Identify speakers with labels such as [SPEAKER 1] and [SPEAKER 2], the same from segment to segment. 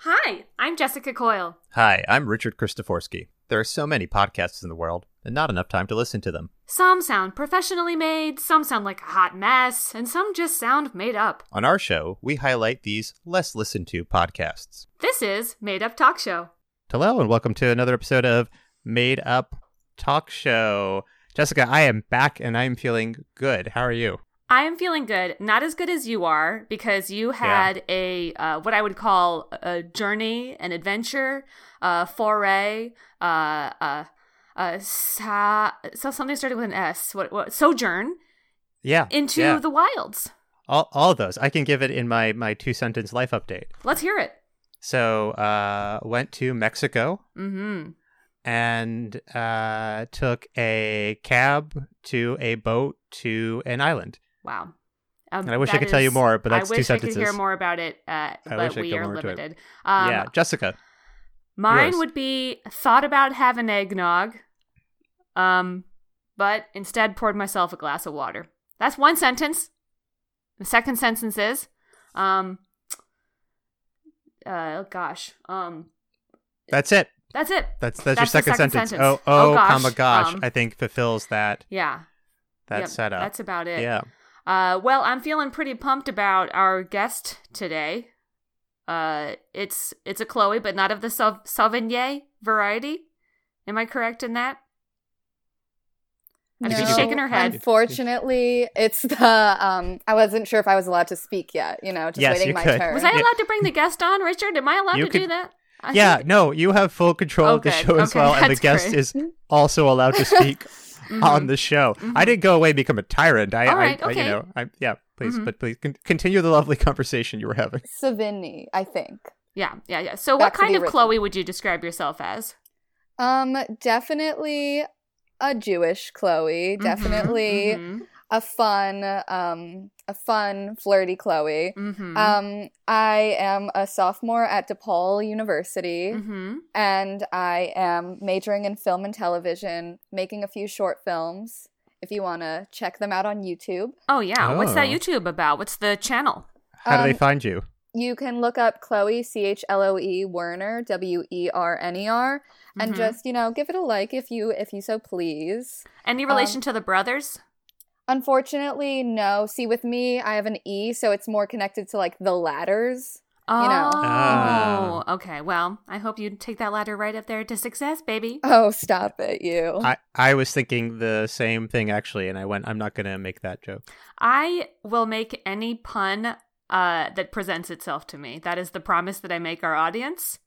[SPEAKER 1] Hi, I'm Jessica Coyle.
[SPEAKER 2] Hi, I'm Richard Christoforsky. There are so many podcasts in the world, and not enough time to listen to them.
[SPEAKER 1] Some sound professionally made, some sound like a hot mess, and some just sound made up.
[SPEAKER 2] On our show, we highlight these less listened to podcasts.
[SPEAKER 1] This is Made Up Talk Show.
[SPEAKER 2] Hello, and welcome to another episode of Made Up Talk Show. Jessica, I am back and I am feeling good. How are you?
[SPEAKER 1] I am feeling good, not as good as you are, because you had a uh, what I would call a journey, an adventure, a foray, uh, uh, uh, sa- so something starting with an S. What, what sojourn
[SPEAKER 2] Yeah.
[SPEAKER 1] into
[SPEAKER 2] yeah.
[SPEAKER 1] the wilds?
[SPEAKER 2] all, all of those. I can give it in my, my two sentence life update.
[SPEAKER 1] Let's hear it.
[SPEAKER 2] So, uh, went to Mexico
[SPEAKER 1] Mm-hmm.
[SPEAKER 2] and uh, took a cab to a boat to an island.
[SPEAKER 1] Wow. Um,
[SPEAKER 2] And I wish I
[SPEAKER 1] that
[SPEAKER 2] could tell you
[SPEAKER 1] is-
[SPEAKER 2] more, but that's
[SPEAKER 1] I
[SPEAKER 2] two
[SPEAKER 1] wish
[SPEAKER 2] sentences.
[SPEAKER 1] I could hear more about it, uh, but
[SPEAKER 2] wish I
[SPEAKER 1] we
[SPEAKER 2] could
[SPEAKER 1] are
[SPEAKER 2] more to it.
[SPEAKER 1] limited. Um,
[SPEAKER 2] yeah, Jessica.
[SPEAKER 1] Mine
[SPEAKER 2] Yours.
[SPEAKER 1] would be thought about having eggnog, um, but instead poured myself a glass of water. That's one sentence. The second sentence is, um, uh, gosh, um,
[SPEAKER 2] That's it.
[SPEAKER 1] that's it.
[SPEAKER 2] That's that's, your
[SPEAKER 1] That's the
[SPEAKER 2] second,
[SPEAKER 1] second
[SPEAKER 2] sentence.
[SPEAKER 1] sentence.
[SPEAKER 2] Oh, oh,
[SPEAKER 1] Oh, gosh.
[SPEAKER 2] comma gosh.
[SPEAKER 1] Um,
[SPEAKER 2] I think fulfills that
[SPEAKER 1] Yeah,
[SPEAKER 2] that
[SPEAKER 1] Yep,
[SPEAKER 2] setup.
[SPEAKER 1] That's about it.
[SPEAKER 2] Yeah.
[SPEAKER 1] Uh, well, I'm feeling pretty pumped about our guest today. Uh, it's it's a Chloe, but not of the Sau- Sauvignon variety. Am I correct in that? I
[SPEAKER 2] think
[SPEAKER 1] mean,
[SPEAKER 2] she's
[SPEAKER 1] shaking her head.
[SPEAKER 3] Unfortunately, it's the um I wasn't sure if I was allowed to speak yet, you know, just
[SPEAKER 2] Yes,
[SPEAKER 3] waiting
[SPEAKER 2] you
[SPEAKER 3] my
[SPEAKER 2] could.
[SPEAKER 3] turn.
[SPEAKER 1] Was I
[SPEAKER 2] Yeah.
[SPEAKER 1] allowed to bring the guest on, Richard? Am I allowed
[SPEAKER 2] You
[SPEAKER 1] to do
[SPEAKER 2] could-
[SPEAKER 1] that? I
[SPEAKER 2] yeah,
[SPEAKER 1] think-
[SPEAKER 2] no, you have full control
[SPEAKER 1] Oh,
[SPEAKER 2] of the
[SPEAKER 1] good.
[SPEAKER 2] show as
[SPEAKER 1] Okay,
[SPEAKER 2] well, and the
[SPEAKER 1] that's
[SPEAKER 2] guest
[SPEAKER 1] great. Mm-hmm.
[SPEAKER 2] is also allowed to speak on the show. I didn't go away and become a tyrant. I,
[SPEAKER 1] All right,
[SPEAKER 2] I, I
[SPEAKER 1] okay. Mm-hmm.
[SPEAKER 2] you know, I, yeah, please, but please con- continue the lovely conversation you were having.
[SPEAKER 3] Savigny, I think.
[SPEAKER 1] Yeah, yeah, yeah. So, what
[SPEAKER 3] Back to
[SPEAKER 1] kind
[SPEAKER 3] the
[SPEAKER 1] of
[SPEAKER 3] original.
[SPEAKER 1] Chloe would you describe yourself as?
[SPEAKER 3] Um definitely a Jewish Chloe,
[SPEAKER 1] Mm-hmm,
[SPEAKER 3] definitely
[SPEAKER 1] Mhm,
[SPEAKER 3] a fun um a fun flirty Chloe.
[SPEAKER 1] mhm,
[SPEAKER 3] Um I am a sophomore at DePaul University
[SPEAKER 1] mhm,
[SPEAKER 3] and I am majoring in film and television, making a few short films. If you want to check them out on YouTube.
[SPEAKER 1] Oh yeah. What's that
[SPEAKER 2] Oh.
[SPEAKER 1] YouTube about? What's the channel?
[SPEAKER 2] How do they
[SPEAKER 3] Um,
[SPEAKER 2] find you?
[SPEAKER 3] you can look up Chloe C H L O E Werner W E R N E R and
[SPEAKER 1] Mhm.
[SPEAKER 3] just you know give it a like if you if you so please.
[SPEAKER 1] Any relation to the brothers?
[SPEAKER 3] Unfortunately, no. See, with me, I have an E, so it's more connected to like the ladders.
[SPEAKER 1] Oh,
[SPEAKER 3] know.
[SPEAKER 2] Ah.
[SPEAKER 1] okay. Well, I hope you take that ladder right up there to success, baby.
[SPEAKER 3] Oh, stop it, you!
[SPEAKER 2] I, I was thinking the same thing actually, and I went, I'm not going to make that joke.
[SPEAKER 1] I will make any pun uh, that presents itself to me. That is the promise that I make our audience.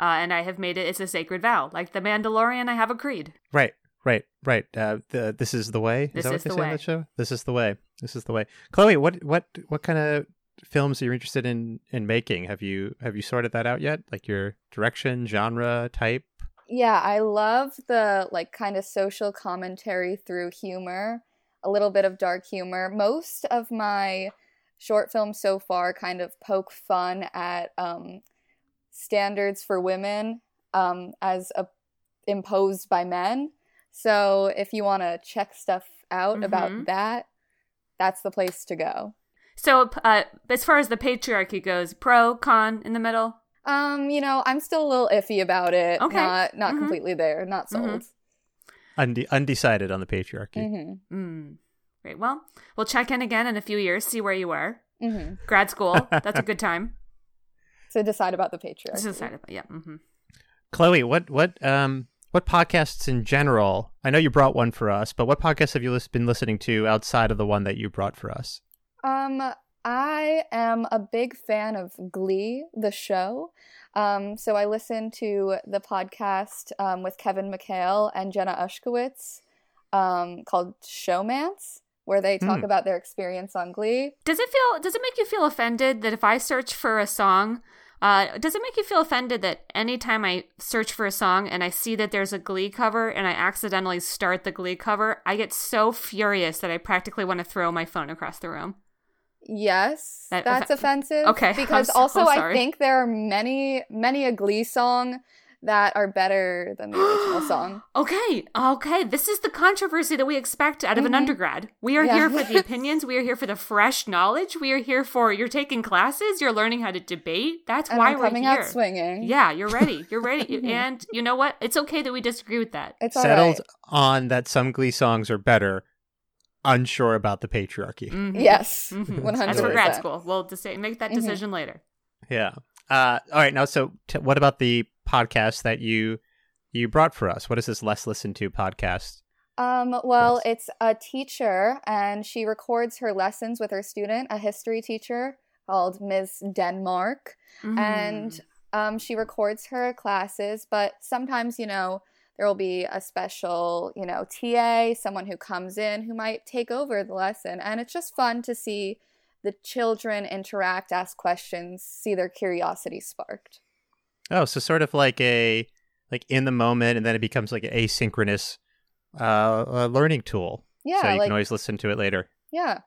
[SPEAKER 1] Uh, and I have made it, it's a sacred vow. Like the Mandalorian, I have a creed.
[SPEAKER 2] Right, right, right. Uh, the, this is the way. Is
[SPEAKER 1] This
[SPEAKER 2] that
[SPEAKER 1] is
[SPEAKER 2] what they
[SPEAKER 1] the
[SPEAKER 2] say
[SPEAKER 1] way.
[SPEAKER 2] in that show? This is the way. This is the way. Chloe, what what what kind of films are you interested in in making? Have you have you sorted that out yet? Like your direction, genre, type.
[SPEAKER 3] Yeah, I love the like kind of social commentary through humor, a little bit of dark humor. Most of my short films so far kind of poke fun at um, standards for women um, as a, imposed by men. So if you want to check stuff out
[SPEAKER 1] Mhm.
[SPEAKER 3] about that, that's the place to go.
[SPEAKER 1] So, uh, as far as the patriarchy goes, pro, con, in the middle.
[SPEAKER 3] Um, you know, I'm still a little iffy about it.
[SPEAKER 1] Okay.
[SPEAKER 3] Not not
[SPEAKER 1] Mhm.
[SPEAKER 3] completely there. Not sold.
[SPEAKER 1] Mhm.
[SPEAKER 2] Unde- undecided on the patriarchy.
[SPEAKER 3] Mhm.
[SPEAKER 1] Mm. Great. Well, we'll check in again in a few years, see where you were.
[SPEAKER 3] Mhm.
[SPEAKER 1] Grad school, that's a good time.
[SPEAKER 3] So decide about the patriarchy.
[SPEAKER 1] This is exciting. Yeah. hmm
[SPEAKER 2] Chloe, what what um what podcasts in general? I know you brought one for us, but what podcasts have you lis- been listening to outside of the one that you brought for us?
[SPEAKER 3] Um, I am a big fan of Glee, the show. Um, so I listen to the podcast um, with Kevin McHale and Jenna Ushkowitz um, called Showmance, where they talk
[SPEAKER 2] Hmm.
[SPEAKER 3] about their experience on Glee.
[SPEAKER 1] Does it feel? Does it make you feel offended that if I search for a song, uh, does it make you feel offended that anytime I search for a song and I see that there's a Glee cover and I accidentally start the Glee cover, I get so furious that I practically want to throw my phone across the room.
[SPEAKER 3] Yes,
[SPEAKER 1] That-
[SPEAKER 3] that's offensive.
[SPEAKER 1] okay, I'm
[SPEAKER 3] because
[SPEAKER 1] so
[SPEAKER 3] also I
[SPEAKER 1] sorry.
[SPEAKER 3] think there are many, many a Glee song that are better than the original song.
[SPEAKER 1] Okay, okay. This is the controversy that we expect out of an
[SPEAKER 3] Mhm.
[SPEAKER 1] undergrad. We are
[SPEAKER 3] Yeah.
[SPEAKER 1] here for the opinions. We are here for the fresh knowledge. We are here for you're taking classes. You're learning how to debate. That's
[SPEAKER 3] And
[SPEAKER 1] why
[SPEAKER 3] I'm
[SPEAKER 1] we're
[SPEAKER 3] coming
[SPEAKER 1] here.
[SPEAKER 3] out swinging.
[SPEAKER 1] Yeah, you're ready. You're ready. and you know what? It's okay that we disagree with that.
[SPEAKER 3] It's all right.
[SPEAKER 2] Settled on that some Glee songs are better. Unsure about the patriarchy.
[SPEAKER 1] Mhm.
[SPEAKER 3] Yes.
[SPEAKER 1] Mhm.
[SPEAKER 3] One
[SPEAKER 1] That's
[SPEAKER 3] hundred
[SPEAKER 1] for grad
[SPEAKER 3] percent.
[SPEAKER 1] school. We'll dis- make that
[SPEAKER 3] Mhm.
[SPEAKER 1] decision later.
[SPEAKER 2] Yeah. Uh, all right. Now, so t- what about the podcast that you you brought for us? What is this less listened to podcast?
[SPEAKER 3] Um, well, it's a teacher, and she records her lessons with her student, a history teacher called Miss Denmark.
[SPEAKER 1] Mm-hmm.
[SPEAKER 3] And um, she records her classes, but sometimes, you know, there will be a special, you know, TA, someone who comes in who might take over the lesson. And it's just fun to see the children interact, ask questions, see their curiosity sparked.
[SPEAKER 2] Oh, so sort of like a like in the moment, and then it becomes like an asynchronous uh, uh, learning tool.
[SPEAKER 3] Yeah,
[SPEAKER 2] so you
[SPEAKER 3] like,
[SPEAKER 2] can always listen to it later.
[SPEAKER 3] yeah.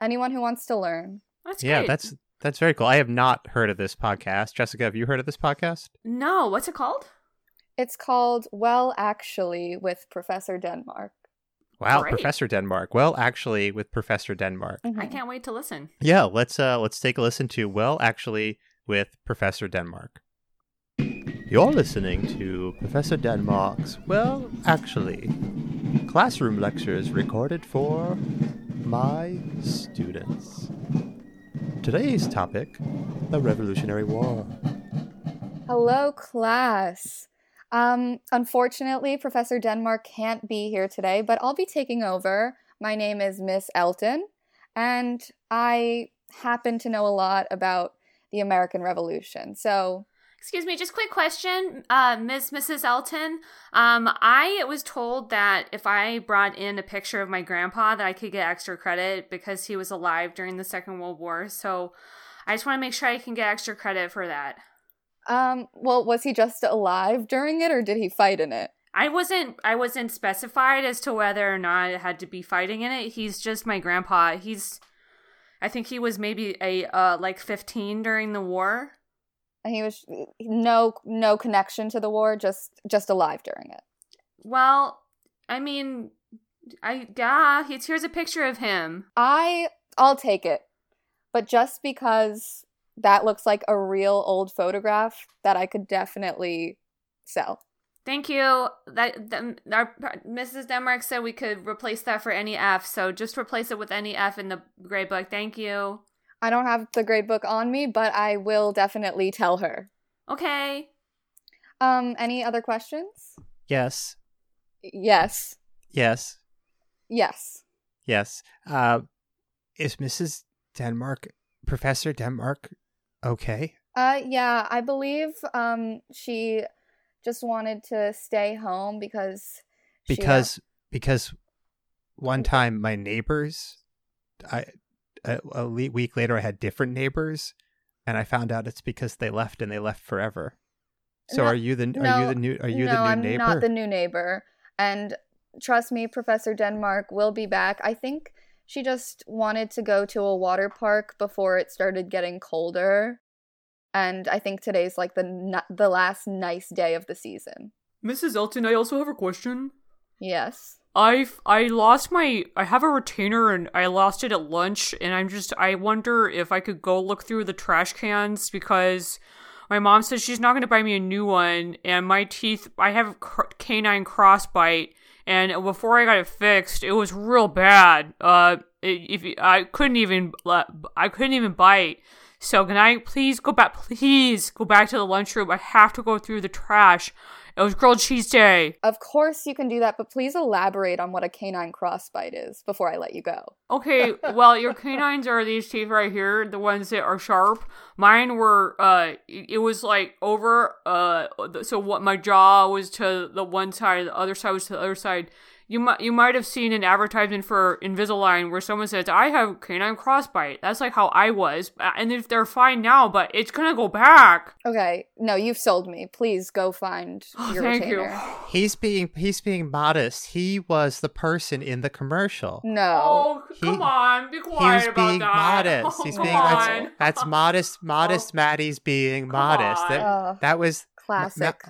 [SPEAKER 3] Anyone who wants to learn.
[SPEAKER 1] that's
[SPEAKER 2] yeah,
[SPEAKER 1] great.
[SPEAKER 2] that's that's very cool. I have not heard of this podcast. Jessica, have you heard of this podcast?
[SPEAKER 1] no. What's it called?
[SPEAKER 3] It's called Well Actually with Professor Denmark.
[SPEAKER 2] Wow,
[SPEAKER 1] Great.
[SPEAKER 2] Professor Denmark. Well, actually, with Professor Denmark.
[SPEAKER 1] I
[SPEAKER 3] Mhm.
[SPEAKER 1] can't wait to listen.
[SPEAKER 2] Yeah, let's uh let's take a listen to Well Actually with Professor Denmark. You're listening to Professor Denmark's Well Actually classroom lectures recorded for my students. Today's topic, the Revolutionary War.
[SPEAKER 3] Hello, class. Um, unfortunately, Professor Denmark can't be here today, but I'll be taking over. My name is Miss Elton, and I happen to know a lot about the American Revolution. So,
[SPEAKER 1] Excuse me, just quick question, uh, Ms. Mrs. Elton. Um, I was told that if I brought in a picture of my grandpa, that I could get extra credit because he was alive during the Second World War. So, I just want to make sure I can get extra credit for that.
[SPEAKER 3] um, well, was he just alive during it, or did he fight in it?
[SPEAKER 1] I wasn't. I wasn't specified as to whether or not it had to be fighting in it. He's just my grandpa. He's. I think he was maybe a uh, like fifteen during the war.
[SPEAKER 3] And he was no no connection to the war, just just alive during it.
[SPEAKER 1] Well, I mean, I yeah. He's, here's a picture of him.
[SPEAKER 3] I I'll take it. But just because that looks like a real old photograph that I could definitely sell.
[SPEAKER 1] Thank you. That them, our Mrs. Denmark said we could replace that for any F. So just replace it with any F in the gray book. Thank you.
[SPEAKER 3] I don't have the grade book on me, but I will definitely tell her.
[SPEAKER 1] Okay.
[SPEAKER 3] Um any other questions?
[SPEAKER 2] Yes,
[SPEAKER 3] Yes.
[SPEAKER 2] yes,
[SPEAKER 3] Yes.
[SPEAKER 2] yes. Uh, is Mrs. Denmark, Professor Denmark, okay?
[SPEAKER 3] Uh yeah, I believe um she just wanted to stay home because she- uh,
[SPEAKER 2] because because one time my neighbors i a, a le- week later i had different neighbors and i found out it's because they left and they left forever so
[SPEAKER 3] No-
[SPEAKER 2] are you the are you
[SPEAKER 3] no,
[SPEAKER 2] the new are you
[SPEAKER 3] no,
[SPEAKER 2] the new
[SPEAKER 3] I'm
[SPEAKER 2] neighbor
[SPEAKER 3] not the new neighbor. And trust me, Professor Denmark will be back. I think she just wanted to go to a water park before it started getting colder. And I think today's like the n- the last nice day of the season.
[SPEAKER 1] Mrs. Elton, I also have a question.
[SPEAKER 3] Yes.
[SPEAKER 1] I I lost my I have a retainer and I lost it at lunch and I'm just I wonder if I could go look through the trash cans because my mom says she's not going to buy me a new one and my teeth I have cr- canine crossbite and before I got it fixed it was real bad. Uh it, if you- I couldn't even la- I couldn't even bite. So can I please go back please go back to the lunchroom. I have to go through the trash. It was grilled cheese day.
[SPEAKER 3] Of course you can do that, but please elaborate on what a canine crossbite is before I let you go.
[SPEAKER 1] Okay, well, your canines are these teeth right here, the ones that are sharp. Mine were, uh, it was like over, uh, so what my jaw was to the one side, the other side was to the other side. You might you might have seen an advertisement for Invisalign where someone says, "I have canine crossbite." That's like how I was, Uh, and if they're fine now, but it's gonna go back.
[SPEAKER 3] Okay. No, you've sold me. Please go find
[SPEAKER 1] Oh,
[SPEAKER 3] your
[SPEAKER 1] thank
[SPEAKER 3] retainer.
[SPEAKER 1] you.
[SPEAKER 2] he's being he's being modest he was the person in the commercial
[SPEAKER 3] No.
[SPEAKER 1] Oh,
[SPEAKER 2] He-
[SPEAKER 1] come on, be
[SPEAKER 2] he was
[SPEAKER 1] quiet about
[SPEAKER 2] being
[SPEAKER 1] that.
[SPEAKER 2] modest
[SPEAKER 1] Oh,
[SPEAKER 2] he's
[SPEAKER 1] come
[SPEAKER 2] being
[SPEAKER 1] on.
[SPEAKER 2] that's,
[SPEAKER 3] Oh.
[SPEAKER 2] that's modest modest maddie's being modest
[SPEAKER 1] on.
[SPEAKER 2] that,
[SPEAKER 3] Ugh,
[SPEAKER 2] that was
[SPEAKER 3] classic.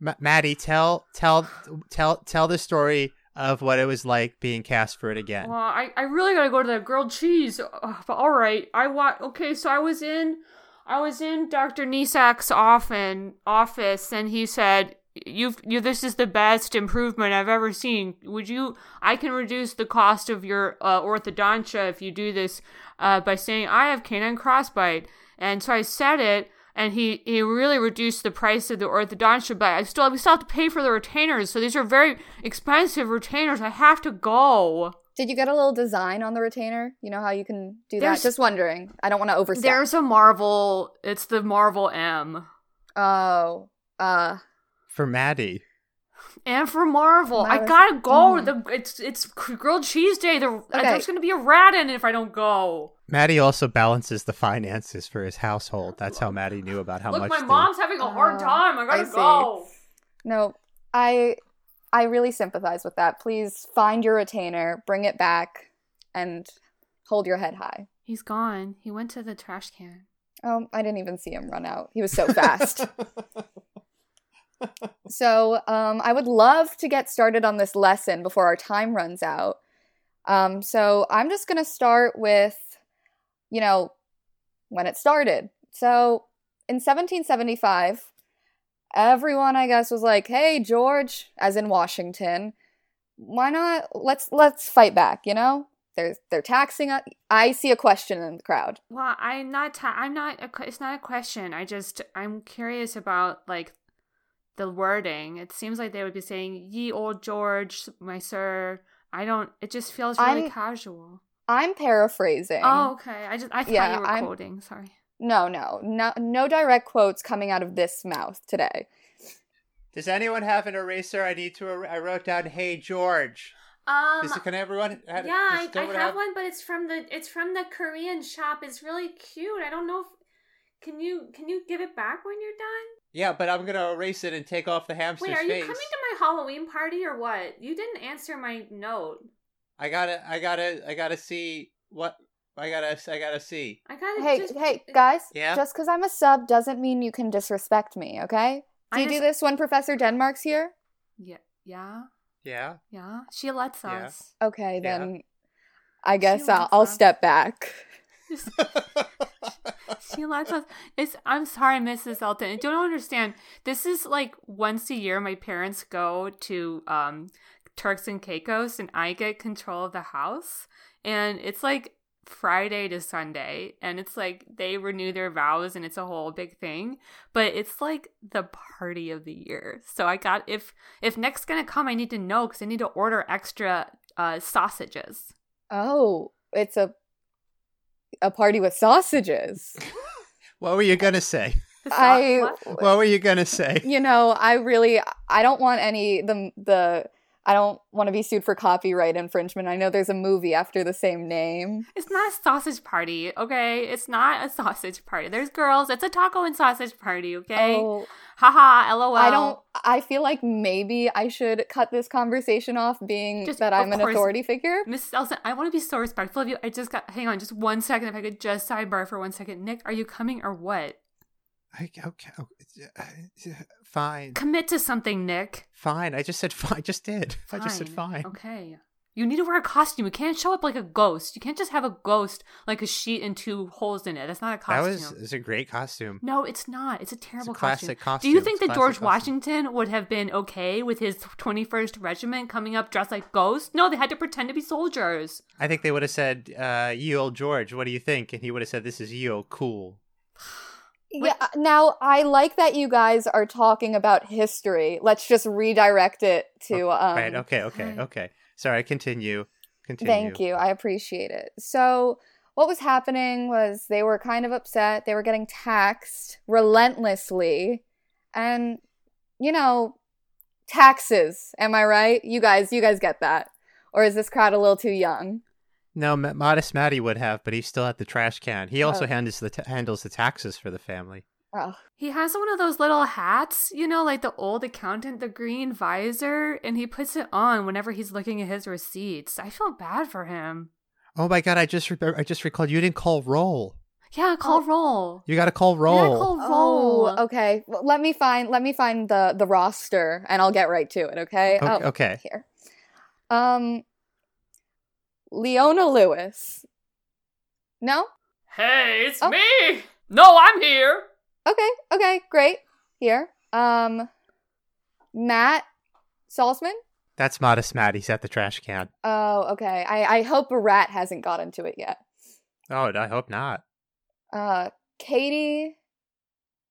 [SPEAKER 2] Ma- M- Maddie, tell tell tell tell the story of what it was like being cast for it again.
[SPEAKER 4] Well, I, I really gotta go to the grilled cheese. Ugh, but all right, I wa Okay, so I was in, I was in Doctor Nisak's often office, and he said, "You've you. This is the best improvement I've ever seen. Would you? I can reduce the cost of your uh, orthodontia if you do this uh, by saying I have canine crossbite." And so I said it. And he, he really reduced the price of the orthodontia, but I still we still have to pay for the retainers. So these are very expensive retainers. I have to go.
[SPEAKER 3] Did you get a little design on the retainer? You know how you can do
[SPEAKER 4] There's-
[SPEAKER 3] that? Just wondering. I don't want to overstep.
[SPEAKER 4] There's a Marvel. It's the Marvel M.
[SPEAKER 3] Oh. Uh
[SPEAKER 2] For Maddie,
[SPEAKER 4] And for Marvel, I
[SPEAKER 3] Marvel's-
[SPEAKER 4] gotta go.
[SPEAKER 3] Mm.
[SPEAKER 4] The it's it's grilled cheese day. The,
[SPEAKER 3] Okay.
[SPEAKER 4] There's gonna be a rat in it if I don't go.
[SPEAKER 2] Maddie also balances the finances for his household. That's how Maddie knew about how
[SPEAKER 4] Look,
[SPEAKER 2] much.
[SPEAKER 4] my
[SPEAKER 2] the-
[SPEAKER 4] mom's having a hard
[SPEAKER 3] Oh,
[SPEAKER 4] time. I
[SPEAKER 3] I
[SPEAKER 4] gotta
[SPEAKER 3] see.
[SPEAKER 4] go.
[SPEAKER 3] no. I I really sympathize with that. Please find your retainer, bring it back, and hold your head high.
[SPEAKER 4] He's gone. He went to the trash can.
[SPEAKER 3] Oh, I didn't even see him run out. He was so fast. So um, I would love to get started on this lesson before our time runs out. Um, so I'm just going to start with, you know, when it started. So in 1775, everyone, I guess, was like, "Hey, George," as in Washington, why not? Let's let's fight back. You know, they're they're taxing. Us. I see a question in the crowd.
[SPEAKER 4] Well, I'm not. Ta- I'm not. A, que- it's not a question. I just. I'm curious about like the wording. It seems like they would be saying "Ye old George, my sir." I don't. It just feels really
[SPEAKER 3] I'm-
[SPEAKER 4] casual.
[SPEAKER 3] I'm paraphrasing.
[SPEAKER 4] Oh, okay. I just. I thought
[SPEAKER 3] Yeah,
[SPEAKER 4] you were
[SPEAKER 3] I'm-
[SPEAKER 4] quoting. Sorry.
[SPEAKER 3] no, no, no, no direct quotes coming out of this mouth today.
[SPEAKER 2] Does anyone have an eraser? I need to. Er- I wrote down, "Hey George."
[SPEAKER 4] Um.
[SPEAKER 2] Does- can everyone?
[SPEAKER 4] yeah,
[SPEAKER 2] does
[SPEAKER 4] I, I
[SPEAKER 2] someone
[SPEAKER 4] have, one, but it's from the it's from the Korean shop. It's really cute. I don't know. if Can you can you give it back when you're done?
[SPEAKER 2] Yeah, but I'm gonna erase it and take off the hamster's
[SPEAKER 4] Wait, are you
[SPEAKER 2] face.
[SPEAKER 4] coming to my Halloween party or what? You didn't answer my note.
[SPEAKER 2] I gotta, I gotta, I gotta see what I gotta, I gotta see.
[SPEAKER 4] I gotta
[SPEAKER 3] Hey,
[SPEAKER 4] just, uh,
[SPEAKER 3] hey, guys.
[SPEAKER 2] Yeah?
[SPEAKER 3] Just because I'm a sub doesn't mean you can disrespect me, okay? Do
[SPEAKER 4] I
[SPEAKER 3] you do
[SPEAKER 4] just-
[SPEAKER 3] this when Professor Denmark's here?
[SPEAKER 4] Yeah, yeah,
[SPEAKER 2] Yeah.
[SPEAKER 4] yeah. She lets
[SPEAKER 2] Yeah.
[SPEAKER 4] us.
[SPEAKER 3] Okay,
[SPEAKER 2] Yeah.
[SPEAKER 3] then I guess
[SPEAKER 4] She
[SPEAKER 3] I'll,
[SPEAKER 4] wants
[SPEAKER 3] I'll
[SPEAKER 4] us.
[SPEAKER 3] step back.
[SPEAKER 4] She lets us. It's. I'm sorry, Mrs. Elton. I don't understand. This is like once a year. My parents go to um, Turks and Caicos, and I get control of the house. And it's like Friday to Sunday, and it's like they renew their vows, and it's a whole big thing. But it's like the party of the year. So I got if if Nick's gonna come, I need to know because I need to order extra uh, sausages.
[SPEAKER 3] Oh, it's a a party with sausages.
[SPEAKER 2] what were you gonna say?
[SPEAKER 3] I,
[SPEAKER 4] What?
[SPEAKER 2] What were you gonna say?
[SPEAKER 3] you know, I really, I don't want any the the. I don't want to be sued for copyright infringement. I know there's a movie after the same name.
[SPEAKER 4] It's not a sausage party, okay? It's not a sausage party. There's girls. It's a taco and sausage party, okay?
[SPEAKER 3] Oh,
[SPEAKER 4] Haha, lol.
[SPEAKER 3] I don't. I feel like maybe I should cut this conversation off, being
[SPEAKER 4] Just-
[SPEAKER 3] that I'm an
[SPEAKER 4] of course.
[SPEAKER 3] authority figure.
[SPEAKER 4] Mrs. Elson, I want to be so respectful of you. I just got, hang on just one second. If I could just sidebar for one second. Nick, are you coming or what?
[SPEAKER 2] I, okay, oh, fine,
[SPEAKER 4] Commit to something, Nick.
[SPEAKER 2] fine. I just said fine. I just did. I just said fine.
[SPEAKER 4] Okay. You need to wear a costume. You can't show up like a ghost. You can't just have a ghost like a sheet and two holes in it. That's not
[SPEAKER 3] Oh,
[SPEAKER 4] a
[SPEAKER 2] That
[SPEAKER 4] costume.
[SPEAKER 2] was, it was a great costume.
[SPEAKER 4] No, it's not. It's a terrible
[SPEAKER 2] classic
[SPEAKER 4] Do you
[SPEAKER 2] costume. It's
[SPEAKER 4] think that
[SPEAKER 2] classic
[SPEAKER 4] George
[SPEAKER 2] costume.
[SPEAKER 4] Washington would have been okay with his 21st Regiment coming up dressed like ghosts? No, they had to pretend to be soldiers.
[SPEAKER 2] I think they would have said, uh, "You old George, what do you think?" And he would have said, "This is you old cool."
[SPEAKER 3] Yeah. uh, Now I like that you guys are talking about history. Let's just redirect it to. Um,
[SPEAKER 2] Oh, right? Okay. Okay.
[SPEAKER 4] hi.
[SPEAKER 2] Okay. Sorry. Continue. Continue.
[SPEAKER 3] Thank you. I appreciate it. So, what was happening was they were kind of upset. They were getting taxed relentlessly. And, you know, taxes. Am I right? You guys, you guys get that. Or is this crowd a little too young?
[SPEAKER 2] No, M- modest Maddie would have, but he's still at the trash can. He also
[SPEAKER 3] Oh.
[SPEAKER 2] handles the t- handles the taxes for the family.
[SPEAKER 3] Oh,
[SPEAKER 4] He has one of those little hats, you know, like the old accountant, the green visor, and he puts it on whenever he's looking at his receipts. I feel bad for him.
[SPEAKER 2] Oh my god! I just re- I just recalled you didn't call roll.
[SPEAKER 1] Yeah, call roll.
[SPEAKER 2] You gotta call roll.
[SPEAKER 1] Yeah, call roll.
[SPEAKER 3] Oh, okay. Well, let me find let me find the the roster and I'll get right to it, okay?
[SPEAKER 2] O-
[SPEAKER 3] Oh,
[SPEAKER 2] okay.
[SPEAKER 3] here. Um Leona Lewis. No?
[SPEAKER 4] Hey, it's
[SPEAKER 3] Oh.
[SPEAKER 4] me! No, I'm here!
[SPEAKER 3] Okay. Okay, great. Here. Um Matt Salzman?
[SPEAKER 2] That's modest Matt. He's at the trash can.
[SPEAKER 3] Oh, okay. I I hope a rat hasn't got into it yet.
[SPEAKER 2] Oh, I hope not.
[SPEAKER 3] Uh Katie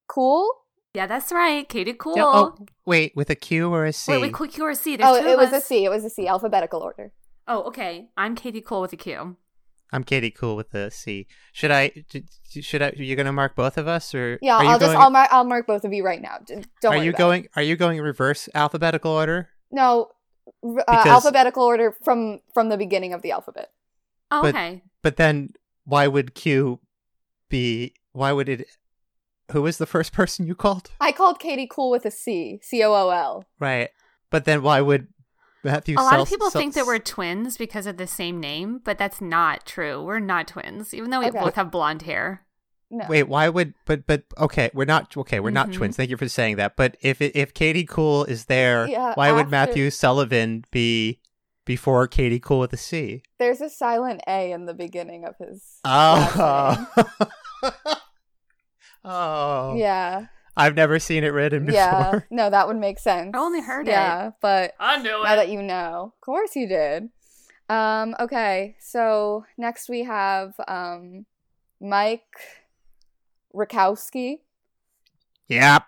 [SPEAKER 3] Cool?
[SPEAKER 1] Yeah, that's right. Katie Cool.
[SPEAKER 2] Yeah, oh, wait, with a Q or a C?
[SPEAKER 1] Wait, wait, quick QRC.
[SPEAKER 3] Oh,
[SPEAKER 1] There's two
[SPEAKER 3] it
[SPEAKER 1] of
[SPEAKER 3] was a
[SPEAKER 1] us.
[SPEAKER 3] C. It was a C alphabetical order.
[SPEAKER 1] Oh, okay. I'm Katie Cool with a Q.
[SPEAKER 2] I'm Katie Cool with a C. Should I? d- d- Should I? Are you gonna mark both of us, or
[SPEAKER 3] Yeah,
[SPEAKER 2] Are you
[SPEAKER 3] I'll just
[SPEAKER 2] going,
[SPEAKER 3] I'll mark I'll mark both of you right now. D- Don't
[SPEAKER 2] are
[SPEAKER 3] worry
[SPEAKER 2] you
[SPEAKER 3] about it.
[SPEAKER 2] going? Are you going reverse alphabetical order?
[SPEAKER 3] No, r- uh,
[SPEAKER 2] Because-
[SPEAKER 3] alphabetical order from from the beginning of the alphabet.
[SPEAKER 1] Oh,
[SPEAKER 2] But-
[SPEAKER 1] okay.
[SPEAKER 2] But then, why would Q be? Why would it? Who was the first person you called?
[SPEAKER 3] I called Katie Cool with a C, C O O L.
[SPEAKER 2] Right. But then, why would Matthew?
[SPEAKER 1] A lot
[SPEAKER 2] Sel-
[SPEAKER 1] of people
[SPEAKER 2] Sel-
[SPEAKER 1] think that we're twins because of the same name, but that's not true. We're not twins, even though we
[SPEAKER 3] Okay.
[SPEAKER 1] both have blonde hair.
[SPEAKER 3] No.
[SPEAKER 2] Wait, why would? But but okay, we're not okay. We're not
[SPEAKER 1] Mhm.
[SPEAKER 2] twins. Thank you for saying that. But if it- if Katie Cool is there,
[SPEAKER 3] Yeah,
[SPEAKER 2] why would
[SPEAKER 3] after-
[SPEAKER 2] Matthew Sullivan be before Katie Cool with a C?
[SPEAKER 3] There's a silent A in the beginning of his. last
[SPEAKER 2] Oh. oh.
[SPEAKER 3] name. Yeah.
[SPEAKER 2] I've never seen it written Oh. before.
[SPEAKER 3] Yeah. No, that would make sense.
[SPEAKER 1] I only heard it. Oh,
[SPEAKER 3] Yeah, but
[SPEAKER 4] I knew
[SPEAKER 3] now
[SPEAKER 4] it.
[SPEAKER 3] that you know, of course you did. Um. Okay. So next we have um, Mike Rakowski.
[SPEAKER 2] Yep.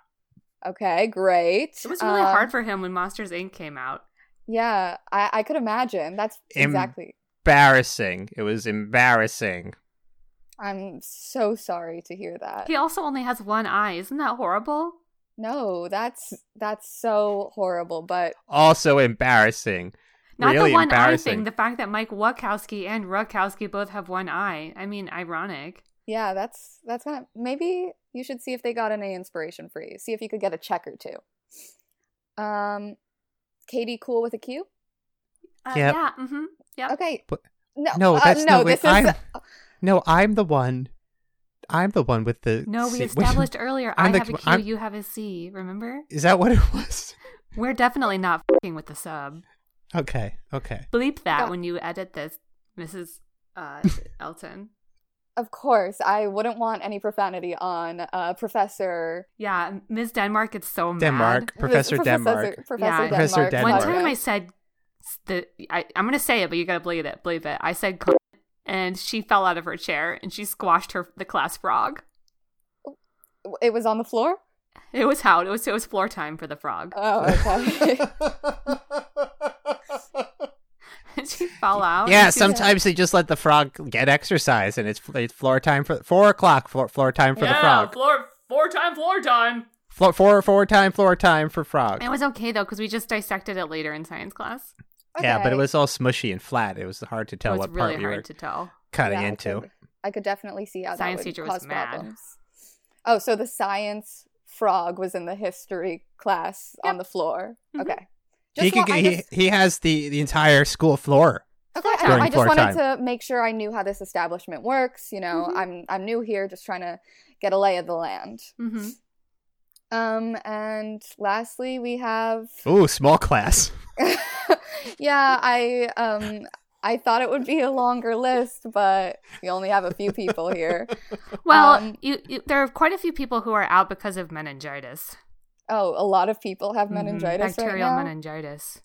[SPEAKER 3] Okay, great.
[SPEAKER 1] It was really
[SPEAKER 2] Uh,
[SPEAKER 3] Um,
[SPEAKER 1] hard for him when Monsters Inc. came out.
[SPEAKER 3] Yeah, I, I could imagine. That's
[SPEAKER 2] Em-
[SPEAKER 3] exactly.
[SPEAKER 2] Embarrassing. It was embarrassing.
[SPEAKER 3] I'm so sorry to hear that.
[SPEAKER 1] He also only has one eye. Isn't that horrible?
[SPEAKER 3] No, that's that's so horrible. But
[SPEAKER 2] Also embarrassing.
[SPEAKER 1] Not
[SPEAKER 2] really
[SPEAKER 1] the one eye
[SPEAKER 2] embarrassing.
[SPEAKER 1] thing. The fact that Mike Wachowski and Ruckowski both have one eye. I mean, ironic.
[SPEAKER 3] yeah, that's that's kind of maybe you should see if they got any inspiration for you. See if you could get a check or two. Um, Katie, cool with a Q.
[SPEAKER 1] Uh,
[SPEAKER 2] Yep.
[SPEAKER 1] Yeah. Mm-hmm. Yep.
[SPEAKER 3] Okay.
[SPEAKER 2] But-
[SPEAKER 3] no,
[SPEAKER 2] no,
[SPEAKER 3] uh,
[SPEAKER 2] that's
[SPEAKER 3] no.
[SPEAKER 2] no, wait,
[SPEAKER 3] this is
[SPEAKER 2] I'm- no, I'm the one. I'm the one with the.
[SPEAKER 1] No, we
[SPEAKER 2] C-
[SPEAKER 1] established earlier. i
[SPEAKER 2] I'm the
[SPEAKER 1] have a
[SPEAKER 2] com-
[SPEAKER 1] Q,
[SPEAKER 2] I'm-
[SPEAKER 1] you have a C. Remember?
[SPEAKER 2] Is that what it was?
[SPEAKER 1] We're definitely not fing with the sub.
[SPEAKER 2] Okay. Okay.
[SPEAKER 1] Bleep that
[SPEAKER 3] Yeah.
[SPEAKER 1] when you edit this, Mrs. Uh, Elton.
[SPEAKER 3] of course I wouldn't want any profanity on uh, Professor
[SPEAKER 1] Yeah, Ms. Denmark gets so mad.
[SPEAKER 2] Denmark. Professor Denmark.
[SPEAKER 3] Professor
[SPEAKER 1] Yeah.
[SPEAKER 2] Professor
[SPEAKER 3] Denmark.
[SPEAKER 1] One
[SPEAKER 2] Denmark.
[SPEAKER 1] time I said s- the I, I'm gonna say it, but you gotta believe it. Believe it. I said, cunt, and she fell out of her chair and she squashed her the class frog.
[SPEAKER 3] it was on the floor.
[SPEAKER 1] It was how it was. It was floor time for the frog.
[SPEAKER 3] Oh, okay.
[SPEAKER 1] And she fell out.
[SPEAKER 2] yeah,
[SPEAKER 1] and she-
[SPEAKER 2] sometimes they just let the frog get exercise, and it's, it's floor time for four o'clock. Floor, floor time for the
[SPEAKER 4] yeah,
[SPEAKER 2] frog.
[SPEAKER 4] floor, floor time, floor time.
[SPEAKER 2] Floor, four, four time, floor time for frog.
[SPEAKER 1] It was okay though because we just dissected it later in science class.
[SPEAKER 2] Yeah, but it
[SPEAKER 3] Okay.
[SPEAKER 2] was all smushy and flat. It was hard to tell
[SPEAKER 1] it was
[SPEAKER 2] what
[SPEAKER 1] really
[SPEAKER 2] part we
[SPEAKER 1] hard
[SPEAKER 2] were
[SPEAKER 1] to tell.
[SPEAKER 2] cutting
[SPEAKER 3] Yeah, I
[SPEAKER 2] into.
[SPEAKER 3] could- I could definitely see how
[SPEAKER 1] Science
[SPEAKER 3] that would
[SPEAKER 1] teacher was
[SPEAKER 3] cause
[SPEAKER 1] mad.
[SPEAKER 3] problems. Oh, so the science frog was in the history class on
[SPEAKER 1] Yep.
[SPEAKER 3] the floor.
[SPEAKER 1] Mhm.
[SPEAKER 3] Okay.
[SPEAKER 2] He,
[SPEAKER 3] Just wa-
[SPEAKER 2] could,
[SPEAKER 3] I
[SPEAKER 2] he,
[SPEAKER 3] just-
[SPEAKER 2] he has the, the entire school floor.
[SPEAKER 3] okay, I-
[SPEAKER 1] during
[SPEAKER 3] I just
[SPEAKER 2] floor
[SPEAKER 3] wanted to make sure I knew how this establishment works. You know,
[SPEAKER 1] Mhm.
[SPEAKER 3] I'm I'm new here, just trying to get a lay of the land.
[SPEAKER 1] hmm
[SPEAKER 3] Um, and lastly, we have
[SPEAKER 2] Ooh, small class.
[SPEAKER 3] yeah, I um I thought it would be a longer list, but we only have a few people here.
[SPEAKER 1] Well,
[SPEAKER 3] Um,
[SPEAKER 1] you, you, there are quite a few people who are out because of meningitis.
[SPEAKER 3] Oh, a lot of people have
[SPEAKER 1] Mhm.
[SPEAKER 3] meningitis right
[SPEAKER 1] Bacterial
[SPEAKER 3] now.
[SPEAKER 1] meningitis.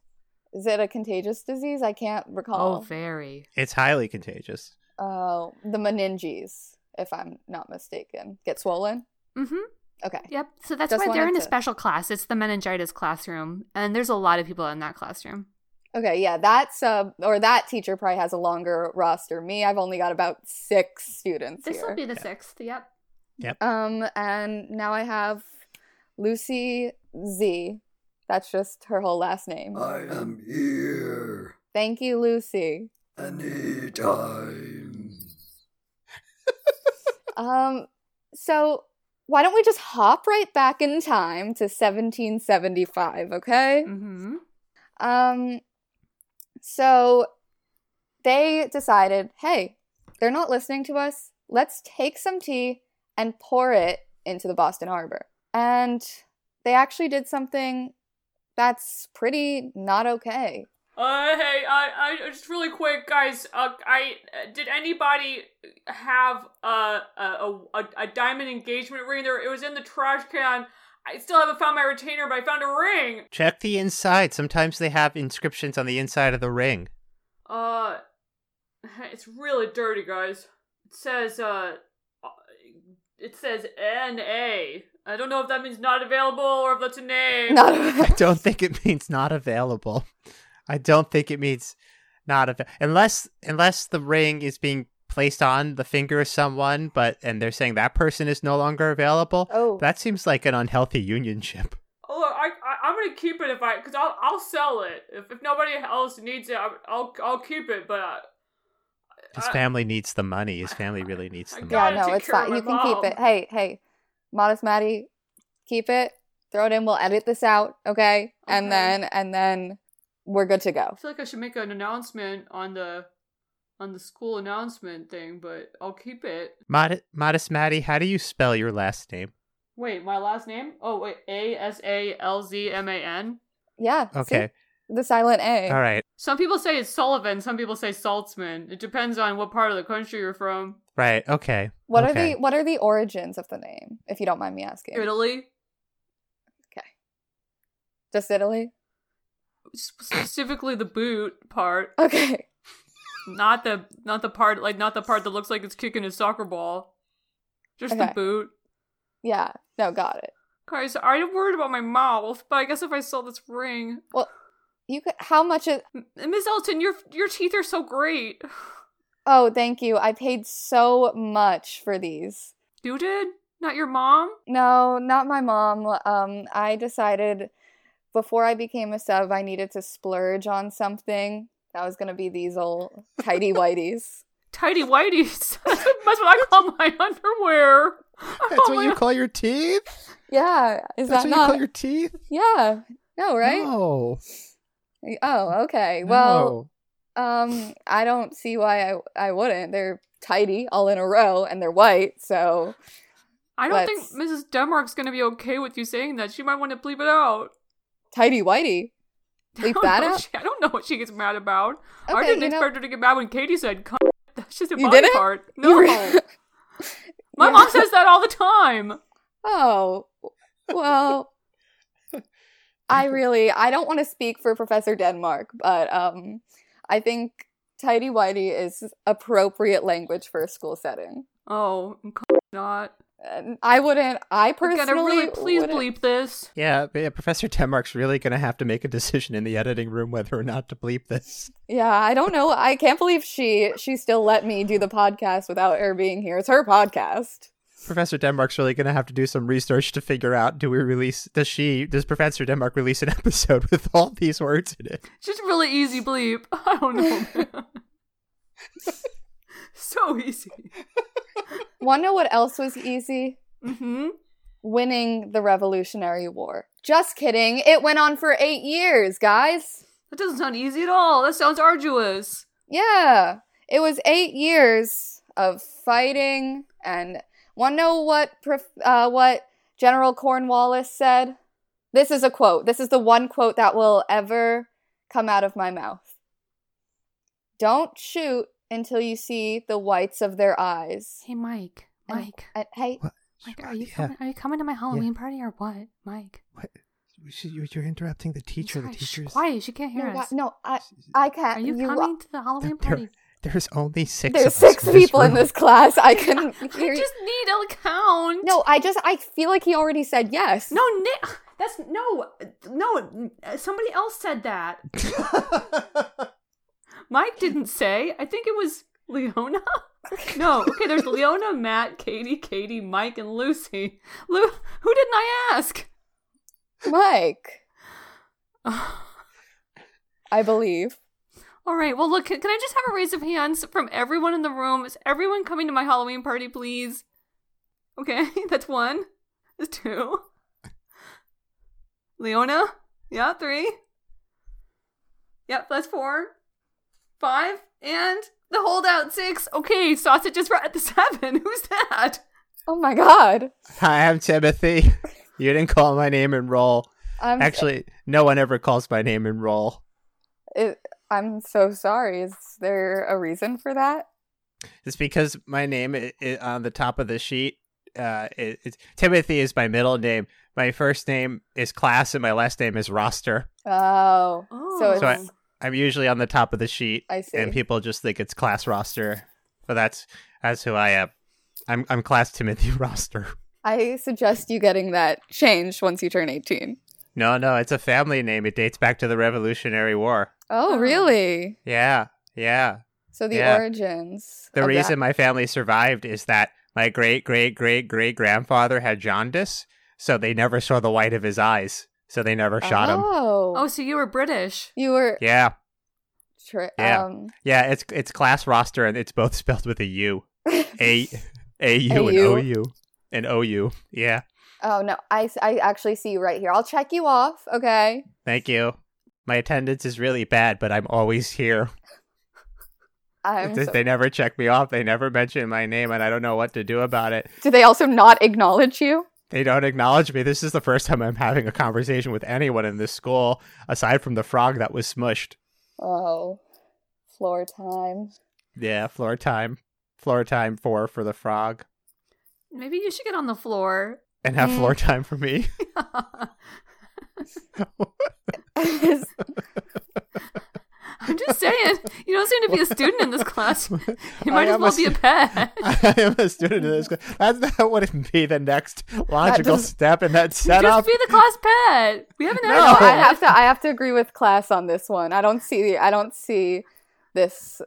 [SPEAKER 3] Is it a contagious disease? I can't
[SPEAKER 1] Oh,
[SPEAKER 3] recall.
[SPEAKER 1] very.
[SPEAKER 2] It's highly contagious.
[SPEAKER 3] Oh, the meninges, if I'm not mistaken, get swollen.
[SPEAKER 1] Mm-hmm.
[SPEAKER 3] Okay.
[SPEAKER 1] Yep. So that's
[SPEAKER 3] Just
[SPEAKER 1] why they're in
[SPEAKER 3] wanted
[SPEAKER 1] a
[SPEAKER 3] to-
[SPEAKER 1] special class. It's the meningitis classroom, and there's a lot of people in that classroom.
[SPEAKER 3] Okay. Yeah, that sub or that teacher probably has a longer roster. Me, I've only got about six students
[SPEAKER 1] This will
[SPEAKER 3] here.
[SPEAKER 1] be the sixth. Yep.
[SPEAKER 3] um, and now I have Lucy Z. That's just her whole last name.
[SPEAKER 5] I am here
[SPEAKER 3] Thank you, Lucy.
[SPEAKER 5] anytime.
[SPEAKER 3] Um, so why don't we just hop right back in time to 1775? Okay.
[SPEAKER 1] Mm-hmm.
[SPEAKER 3] Um, so they decided, hey, they're not listening to us. let's take some tea and pour it into the Boston Harbor. And they actually did something that's pretty not okay.
[SPEAKER 4] Uh, hey, I, I, just really quick, guys. Uh, I uh, did anybody have uh, a, a a diamond engagement ring? There, it was in the trash can. I still haven't found my retainer, but I found a ring.
[SPEAKER 2] Check the inside. Sometimes they have inscriptions on the inside of the ring.
[SPEAKER 4] Uh, it's really dirty, guys. It says uh, it says N A. I don't know if that means not available or if that's a name.
[SPEAKER 2] I
[SPEAKER 3] Not
[SPEAKER 2] don't think it means not available. I don't think it means not av- unless unless the ring is being placed on the finger of someone, but and they're saying that person is no longer available.
[SPEAKER 3] Oh.
[SPEAKER 2] That seems like an unhealthy unionship.
[SPEAKER 4] Oh, look, I, I I'm gonna keep it if I, cause I'll I'll sell it if, if nobody else needs it. I'll I'll, I'll keep it, but uh, I,
[SPEAKER 3] Uh,
[SPEAKER 2] His
[SPEAKER 4] I-
[SPEAKER 2] family needs the money. His family really needs
[SPEAKER 4] I
[SPEAKER 2] the money.
[SPEAKER 3] yeah,
[SPEAKER 4] gotta
[SPEAKER 3] no,
[SPEAKER 4] take
[SPEAKER 3] it's
[SPEAKER 4] care of
[SPEAKER 3] fine.
[SPEAKER 4] my
[SPEAKER 3] You can
[SPEAKER 4] mom.
[SPEAKER 3] keep it. Hey, hey, modest Maddie, keep it. Throw it in. We'll edit this out, okay?
[SPEAKER 4] Okay.
[SPEAKER 3] And then and then we're good to
[SPEAKER 4] I
[SPEAKER 3] go.
[SPEAKER 4] feel like I should make an announcement on the on the school announcement thing, but I'll keep it.
[SPEAKER 2] Mod- Modest Maddie, how do you spell your last name?
[SPEAKER 4] Wait, my last name? Oh wait, A S A L Z M A N.
[SPEAKER 3] Yeah. see?
[SPEAKER 2] Okay.
[SPEAKER 3] The silent A.
[SPEAKER 2] All right.
[SPEAKER 4] Some people say it's Sullivan. Some people say Saltzman. It depends on what part of the country you're from.
[SPEAKER 2] Right. Okay.
[SPEAKER 3] What
[SPEAKER 2] okay.
[SPEAKER 3] are the what are the origins of the name, if you don't mind me asking?
[SPEAKER 4] Italy,
[SPEAKER 3] Just Italy?
[SPEAKER 4] S- specifically the boot part,
[SPEAKER 3] Okay.
[SPEAKER 4] not the not the part like not the part that looks like it's kicking a soccer ball, just the
[SPEAKER 3] Okay.
[SPEAKER 4] boot.
[SPEAKER 3] Yeah. No, got it.
[SPEAKER 4] Guys, I'm worried about my mouth, but I guess if I sell this ring,
[SPEAKER 3] You could how much is
[SPEAKER 4] M- Miss Elton, your your teeth are so great.
[SPEAKER 3] Oh, thank you. I paid so much for these.
[SPEAKER 4] You did? Not your mom?
[SPEAKER 3] No, not my mom. Um, I decided before I became a sub, I needed to splurge on something. That was gonna be these old tidy whiteys.
[SPEAKER 4] Tidy whities. That's what that's what I call my underwear. I
[SPEAKER 2] That's
[SPEAKER 4] call
[SPEAKER 2] what
[SPEAKER 4] my-
[SPEAKER 2] you call your teeth?
[SPEAKER 3] Yeah, is
[SPEAKER 2] That's
[SPEAKER 3] that
[SPEAKER 2] what you
[SPEAKER 3] not?
[SPEAKER 2] call your teeth?
[SPEAKER 3] Yeah, no, right?
[SPEAKER 2] No.
[SPEAKER 3] Oh, okay. Well, um, I don't see why I I wouldn't. They're tidy, all in a row, and they're white. So
[SPEAKER 4] I don't
[SPEAKER 3] Let's-
[SPEAKER 4] think Mrs. Denmark's gonna be okay with you saying that. She might want to bleep it out.
[SPEAKER 3] tidy whitey.
[SPEAKER 4] I
[SPEAKER 3] Bleep
[SPEAKER 4] don't
[SPEAKER 3] that
[SPEAKER 4] know
[SPEAKER 3] out?
[SPEAKER 4] what she- I don't know what she gets mad about. I
[SPEAKER 3] Okay,
[SPEAKER 4] didn't
[SPEAKER 3] you know-
[SPEAKER 4] expect her to get mad when Katie said "cunt." That's just a
[SPEAKER 3] You
[SPEAKER 4] body
[SPEAKER 3] didn't?
[SPEAKER 4] part.
[SPEAKER 3] You
[SPEAKER 4] No,
[SPEAKER 3] re-
[SPEAKER 4] my
[SPEAKER 3] Yeah.
[SPEAKER 4] mom says that all the time.
[SPEAKER 3] Oh, well, I really I don't want to speak for Professor Denmark, but um, I think tidy whitey is appropriate language for a school setting.
[SPEAKER 4] Oh, and cunt not.
[SPEAKER 3] And I wouldn't. I personally
[SPEAKER 4] Gotta really please
[SPEAKER 3] wouldn't-
[SPEAKER 4] bleep this.
[SPEAKER 2] Yeah, but yeah, Professor Denmark's really going to have to make a decision in the editing room whether or not to bleep this.
[SPEAKER 3] Yeah, I don't know. I can't believe she she still let me do the podcast without her being here. It's her podcast.
[SPEAKER 2] Professor Denmark's really going to have to do some research to figure out do we release does she does Professor Denmark release an episode with all these words in it?
[SPEAKER 4] It's just really easy bleep. I don't know. man. so easy.
[SPEAKER 3] Want to know what else was easy?
[SPEAKER 4] hmm
[SPEAKER 3] Winning the Revolutionary War. Just kidding. It went on for eight years, guys.
[SPEAKER 4] That doesn't sound easy at all. That sounds arduous.
[SPEAKER 3] Yeah. It was eight years of fighting and wanna know what prof- uh, what General Cornwallis said? This is a quote. This is the one quote that will ever come out of my mouth. Don't shoot until you see the whites of their eyes.
[SPEAKER 1] Hey, Mike.
[SPEAKER 3] And-
[SPEAKER 1] Mike.
[SPEAKER 3] and- hey,
[SPEAKER 1] Mike, are you
[SPEAKER 2] Oh, Yeah.
[SPEAKER 1] coming? Are you coming to my Halloween party or what, Mike?
[SPEAKER 2] You're you're interrupting the teacher. The
[SPEAKER 1] Sorry, shh,
[SPEAKER 2] teacher's
[SPEAKER 1] quiet. She can't
[SPEAKER 3] no,
[SPEAKER 1] hear
[SPEAKER 3] God,
[SPEAKER 1] us.
[SPEAKER 3] no, I, I can't.
[SPEAKER 1] Are you,
[SPEAKER 3] you-
[SPEAKER 1] coming to the Halloween
[SPEAKER 2] They're-
[SPEAKER 1] party?
[SPEAKER 2] There's only six.
[SPEAKER 3] There's
[SPEAKER 2] of us
[SPEAKER 3] six people in
[SPEAKER 2] room.
[SPEAKER 3] this class. I couldn't hear
[SPEAKER 4] I
[SPEAKER 3] you.
[SPEAKER 4] just need a count.
[SPEAKER 3] No, I just, I feel like he already said yes.
[SPEAKER 4] no, Nick. That's no, no. uh, Somebody else said that. Mike didn't say. I think it was Leona. No, okay. There's Leona, Matt, Katie, Katie, Mike, and Lucy. Lu- who didn't I ask?
[SPEAKER 3] Mike. I believe.
[SPEAKER 4] All right. Well, look. Can can I just have a raise of hands from everyone in the room? Is everyone coming to my Halloween party, please? Okay, that's one. That's two. Leona. Yeah, three. Yep, that's four. Five and
[SPEAKER 1] The holdout six. Okay, sausage is right at the seven. Who's that?
[SPEAKER 3] Oh my god.
[SPEAKER 2] Hi, I'm Timothy. You didn't call my name and roll.
[SPEAKER 3] I'm
[SPEAKER 2] Actually, no one ever calls my name and roll.
[SPEAKER 3] it, I'm so sorry. Is there a reason for that?
[SPEAKER 2] It's because my name i i on the top of the sheet. Uh, it, it's, Timothy is my middle name. My first name is Class, and my last name is Roster.
[SPEAKER 3] Oh.
[SPEAKER 1] Oh.
[SPEAKER 3] So it's
[SPEAKER 2] So I, I'm usually on the top of the sheet,
[SPEAKER 3] I see.
[SPEAKER 2] and people just think it's Class Roster, but that's that's who I am. I'm I'm Class Timothy Roster.
[SPEAKER 3] I suggest you getting that changed once you turn 18.
[SPEAKER 2] No, no, it's a family name. It dates back to the Revolutionary War.
[SPEAKER 3] Oh,
[SPEAKER 1] Oh.
[SPEAKER 3] really?
[SPEAKER 2] Yeah, yeah.
[SPEAKER 3] So the
[SPEAKER 2] Yeah.
[SPEAKER 3] origins.
[SPEAKER 2] The
[SPEAKER 3] of that-
[SPEAKER 2] reason my family survived is that my great great great great grandfather had jaundice, so they never saw the white of his eyes, so they never shot him.
[SPEAKER 3] Oh.
[SPEAKER 1] Oh, so you were British.
[SPEAKER 3] You were
[SPEAKER 2] Yeah,
[SPEAKER 3] tri-
[SPEAKER 2] Yeah.
[SPEAKER 3] um
[SPEAKER 2] yeah. It's it's class roster, and it's both spelled with a U, a a U and O
[SPEAKER 3] AU.
[SPEAKER 2] U and O U. Yeah.
[SPEAKER 3] Oh no, I I actually see you right here. I'll check you off, okay?
[SPEAKER 2] Thank you. My attendance is really bad, but I'm always here.
[SPEAKER 3] I'm
[SPEAKER 2] they,
[SPEAKER 3] so-
[SPEAKER 2] they never check me off. They never mention my name, and I don't know what to do about it.
[SPEAKER 3] Do they also not acknowledge you?
[SPEAKER 2] They don't acknowledge me. This is the first time I'm having a conversation with anyone in this school, aside from the frog that was smushed.
[SPEAKER 3] Oh. Floor time.
[SPEAKER 2] Yeah, floor time. Floor time four for the frog,
[SPEAKER 1] Maybe you should get on the floor.
[SPEAKER 2] and
[SPEAKER 3] Mm.
[SPEAKER 2] have floor time for me.
[SPEAKER 3] I
[SPEAKER 1] I'm just saying, you don't seem to be a student in this class. You might
[SPEAKER 2] I
[SPEAKER 1] as
[SPEAKER 2] am
[SPEAKER 1] well
[SPEAKER 2] a
[SPEAKER 1] be a
[SPEAKER 2] stu-
[SPEAKER 1] pet.
[SPEAKER 2] I am a student in this school. That's, that would be the next logical
[SPEAKER 3] doesn't-
[SPEAKER 2] step in that
[SPEAKER 1] Just
[SPEAKER 2] setup.
[SPEAKER 1] be the class pet. We haven't had.
[SPEAKER 2] No,
[SPEAKER 1] a pet.
[SPEAKER 3] have to I have to agree with class on this one. I don't see I don't see this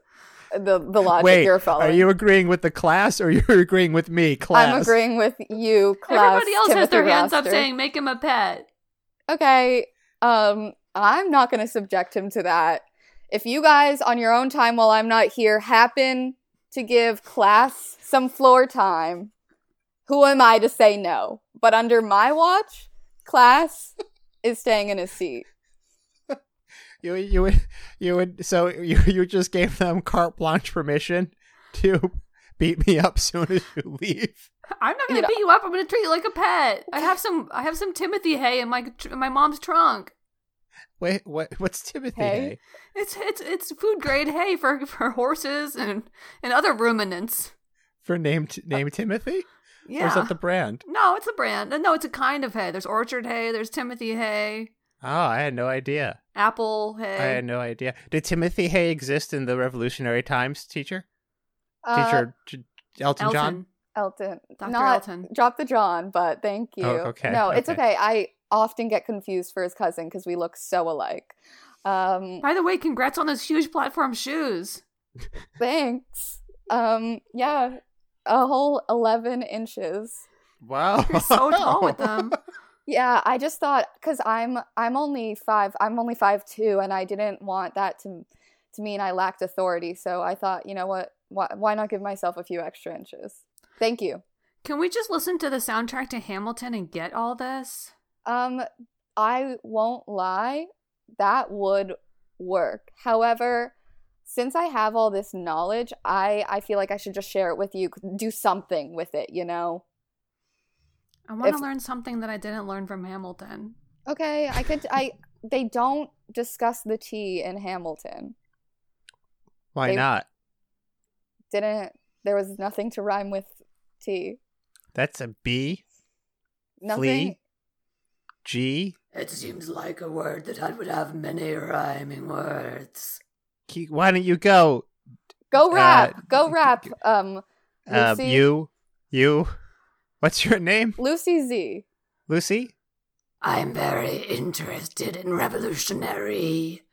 [SPEAKER 3] the the logic
[SPEAKER 2] Wait,
[SPEAKER 3] you're following.
[SPEAKER 2] are you agreeing with the class or you're agreeing with me, class?
[SPEAKER 3] I'm agreeing with you, class.
[SPEAKER 1] Everybody else has
[SPEAKER 3] Timothy
[SPEAKER 1] their hands up
[SPEAKER 3] Roster.
[SPEAKER 1] saying, "Make him a pet."
[SPEAKER 3] okay, um, I'm not going to subject him to that. If you guys, on your own time while I'm not here, happen to give class some floor time, who am I to say no? But under my watch, class is staying in his seat.
[SPEAKER 2] You you would you would so you you just gave them carte blanche permission to beat me up soon as you leave.
[SPEAKER 1] I'm not going
[SPEAKER 3] You
[SPEAKER 1] to
[SPEAKER 3] know-
[SPEAKER 1] beat you up. I'm going to treat you like a pet. I have some. I have some Timothy hay in my tr- in my mom's trunk.
[SPEAKER 2] Wait, what what's Timothy?
[SPEAKER 3] Hey.
[SPEAKER 2] Hay?
[SPEAKER 1] It's it's it's food grade hay for for horses and and other ruminants.
[SPEAKER 2] For named named Timothy? Or
[SPEAKER 1] Yeah.
[SPEAKER 2] is that the brand?
[SPEAKER 1] no, it's a brand. No, it's a kind of hay. There's orchard hay. There's Timothy hay.
[SPEAKER 2] Oh, I had no idea.
[SPEAKER 1] Apple hay.
[SPEAKER 2] I had no idea. Did Timothy Hay exist in the Revolutionary Times, teacher?
[SPEAKER 3] Uh,
[SPEAKER 2] teacher J- Elton,
[SPEAKER 1] Elton.
[SPEAKER 2] John?
[SPEAKER 3] Elton,
[SPEAKER 1] Dr.
[SPEAKER 3] not
[SPEAKER 1] Elton.
[SPEAKER 3] drop the John, but thank you.
[SPEAKER 2] Oh, okay,
[SPEAKER 3] No, it's
[SPEAKER 2] okay.
[SPEAKER 3] okay. I often get confused for his cousin because we look so alike. Um,
[SPEAKER 1] By the way, congrats on those huge platform shoes.
[SPEAKER 3] thanks. Um, yeah, a whole eleven inches.
[SPEAKER 2] Wow.
[SPEAKER 1] You're so tall with them.
[SPEAKER 3] Yeah, I just thought because I'm I'm only five. I'm only five two, and I didn't want that to to mean I lacked authority. So I thought, you know what? Why, why not give myself a few extra inches? Thank you.
[SPEAKER 1] Can we just listen to the soundtrack to Hamilton and get all this?
[SPEAKER 3] Um, I won't lie, that would work. However, since I have all this knowledge, I I feel like I should just share it with you. Do something with it, you know?
[SPEAKER 1] I want to
[SPEAKER 3] If-
[SPEAKER 1] learn something that I didn't learn from Hamilton.
[SPEAKER 3] Okay, I could. I they don't discuss the tea in Hamilton.
[SPEAKER 2] Why
[SPEAKER 3] They-
[SPEAKER 2] not?
[SPEAKER 3] Didn't there was nothing to rhyme with tea.
[SPEAKER 2] That's a B
[SPEAKER 3] Nothing.
[SPEAKER 2] Flea? G
[SPEAKER 5] It seems like a word that I would have many rhyming words.
[SPEAKER 2] Ke- why don't you go
[SPEAKER 3] Go rap.
[SPEAKER 2] Uh,
[SPEAKER 3] go rap. Um,
[SPEAKER 2] Um,
[SPEAKER 3] Lucy?
[SPEAKER 2] you, you, what's your name?
[SPEAKER 3] Lucy Z.
[SPEAKER 2] Lucy?
[SPEAKER 5] I'm very interested in revolutionary,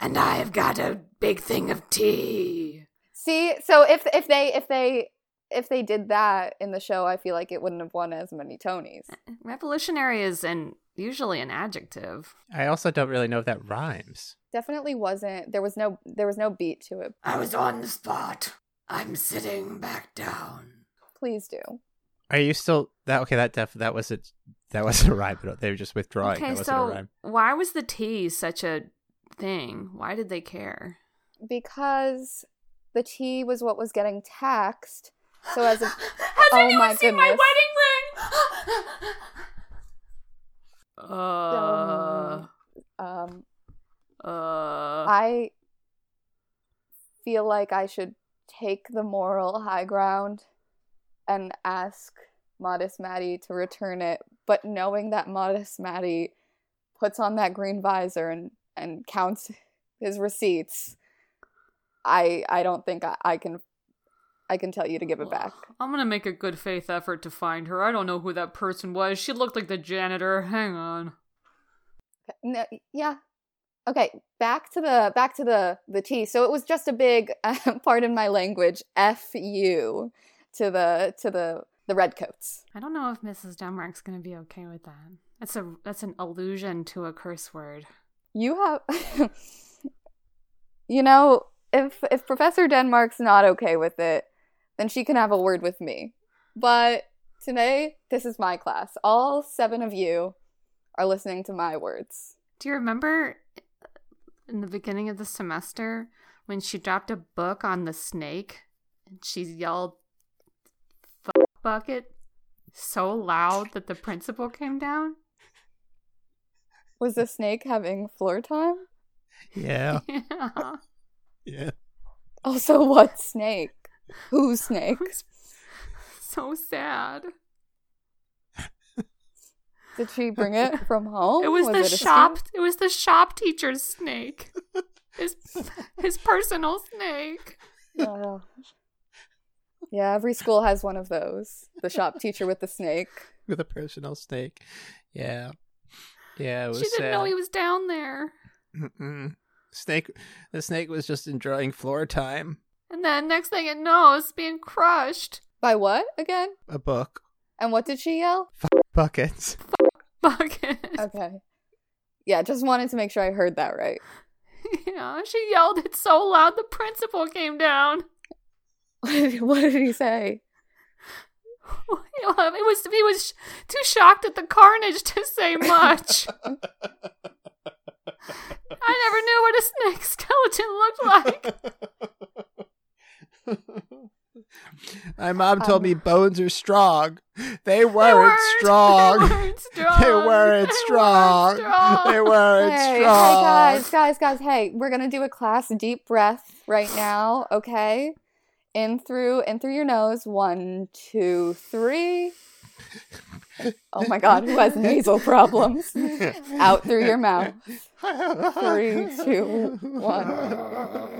[SPEAKER 5] and I've got a big thing of tea.
[SPEAKER 3] See, so if if they if they if they did that in the show, I feel like it wouldn't have won as many Tonys.
[SPEAKER 1] Revolutionary is an usually an adjective.
[SPEAKER 2] I also don't really know if that rhymes.
[SPEAKER 3] Definitely wasn't. There was no there was no beat to it.
[SPEAKER 5] I was on the spot. I'm sitting back down.
[SPEAKER 3] Please do.
[SPEAKER 2] Are you still that okay? That def that was it. That wasn't a rhyme. But they were just withdrawing.
[SPEAKER 1] okay,
[SPEAKER 2] that wasn't a
[SPEAKER 1] so
[SPEAKER 2] rhyme.
[SPEAKER 1] why was the tea such a thing? Why did they care?
[SPEAKER 3] Because the tea was what was getting taxed. So as a
[SPEAKER 4] Has
[SPEAKER 3] Oh
[SPEAKER 4] anyone
[SPEAKER 3] my
[SPEAKER 4] seen my
[SPEAKER 3] goodness.
[SPEAKER 4] wedding ring?
[SPEAKER 5] Uh,
[SPEAKER 3] um
[SPEAKER 5] uh,
[SPEAKER 3] I feel like I should take the moral high ground and ask Modest Maddie to return it, but knowing that Modest Maddie puts on that green visor and, and counts his receipts, I I don't think I, I can I can tell you to give it back.
[SPEAKER 4] I'm gonna make a good faith effort to find her. I don't know who that person was. She looked like the janitor. Hang on.
[SPEAKER 3] No, yeah. Okay, back to the back to the the tea. So it was just a big, pardon my language, f you to the to the the redcoats.
[SPEAKER 1] I don't know if Mrs. Dunmark's going to be okay with that. That's a that's an allusion to a curse word.
[SPEAKER 3] You have, you know, if if Professor Denmark's not okay with it, then she can have a word with me. But today, this is my class. All seven of you are listening to my words.
[SPEAKER 1] Do you remember in the beginning of the semester when she dropped a book on the snake and she yelled "Fuck bucket" so loud that the principal came down?
[SPEAKER 3] Was the snake having floor time?
[SPEAKER 2] Yeah.
[SPEAKER 1] Yeah.
[SPEAKER 2] Yeah.
[SPEAKER 3] Also, what snake? Who's snake?
[SPEAKER 1] So sad.
[SPEAKER 3] Did she bring it from home?
[SPEAKER 1] it was, the
[SPEAKER 3] Oh, a
[SPEAKER 1] shop.
[SPEAKER 3] student?
[SPEAKER 1] It was the shop teacher's snake. His his personal snake.
[SPEAKER 3] Wow. Yeah, every school has one of those. The shop teacher with the snake.
[SPEAKER 2] With a personal snake. Yeah. Yeah, it was uh,
[SPEAKER 1] She didn't
[SPEAKER 2] sad.
[SPEAKER 1] know he was down there.
[SPEAKER 2] Mm-mm. Snake the snake was just enjoying floor time.
[SPEAKER 1] And then next thing it knows, it's being crushed.
[SPEAKER 3] By what again?
[SPEAKER 2] A book.
[SPEAKER 3] And what did she yell?
[SPEAKER 2] Buckets.
[SPEAKER 1] Bucket.
[SPEAKER 3] Okay. Yeah, just wanted to make sure I heard that right.
[SPEAKER 1] yeah, she yelled it so loud the principal came down.
[SPEAKER 3] What did, what did he say?
[SPEAKER 1] it was he was too shocked at the carnage to say much. I never knew what a snake skeleton looked like.
[SPEAKER 2] My mom told
[SPEAKER 3] Um,
[SPEAKER 2] me bones are strong. They weren't,
[SPEAKER 1] weren't-
[SPEAKER 2] strong.
[SPEAKER 1] They weren't strong.
[SPEAKER 2] They weren't strong. They weren't
[SPEAKER 3] hey, hey,
[SPEAKER 2] strong.
[SPEAKER 3] guys, guys, guys, hey, we're gonna do a class deep breath right now, okay? In through in through your nose. One, two, three. Oh my god, who has nasal problems? Out through your mouth. Three, two,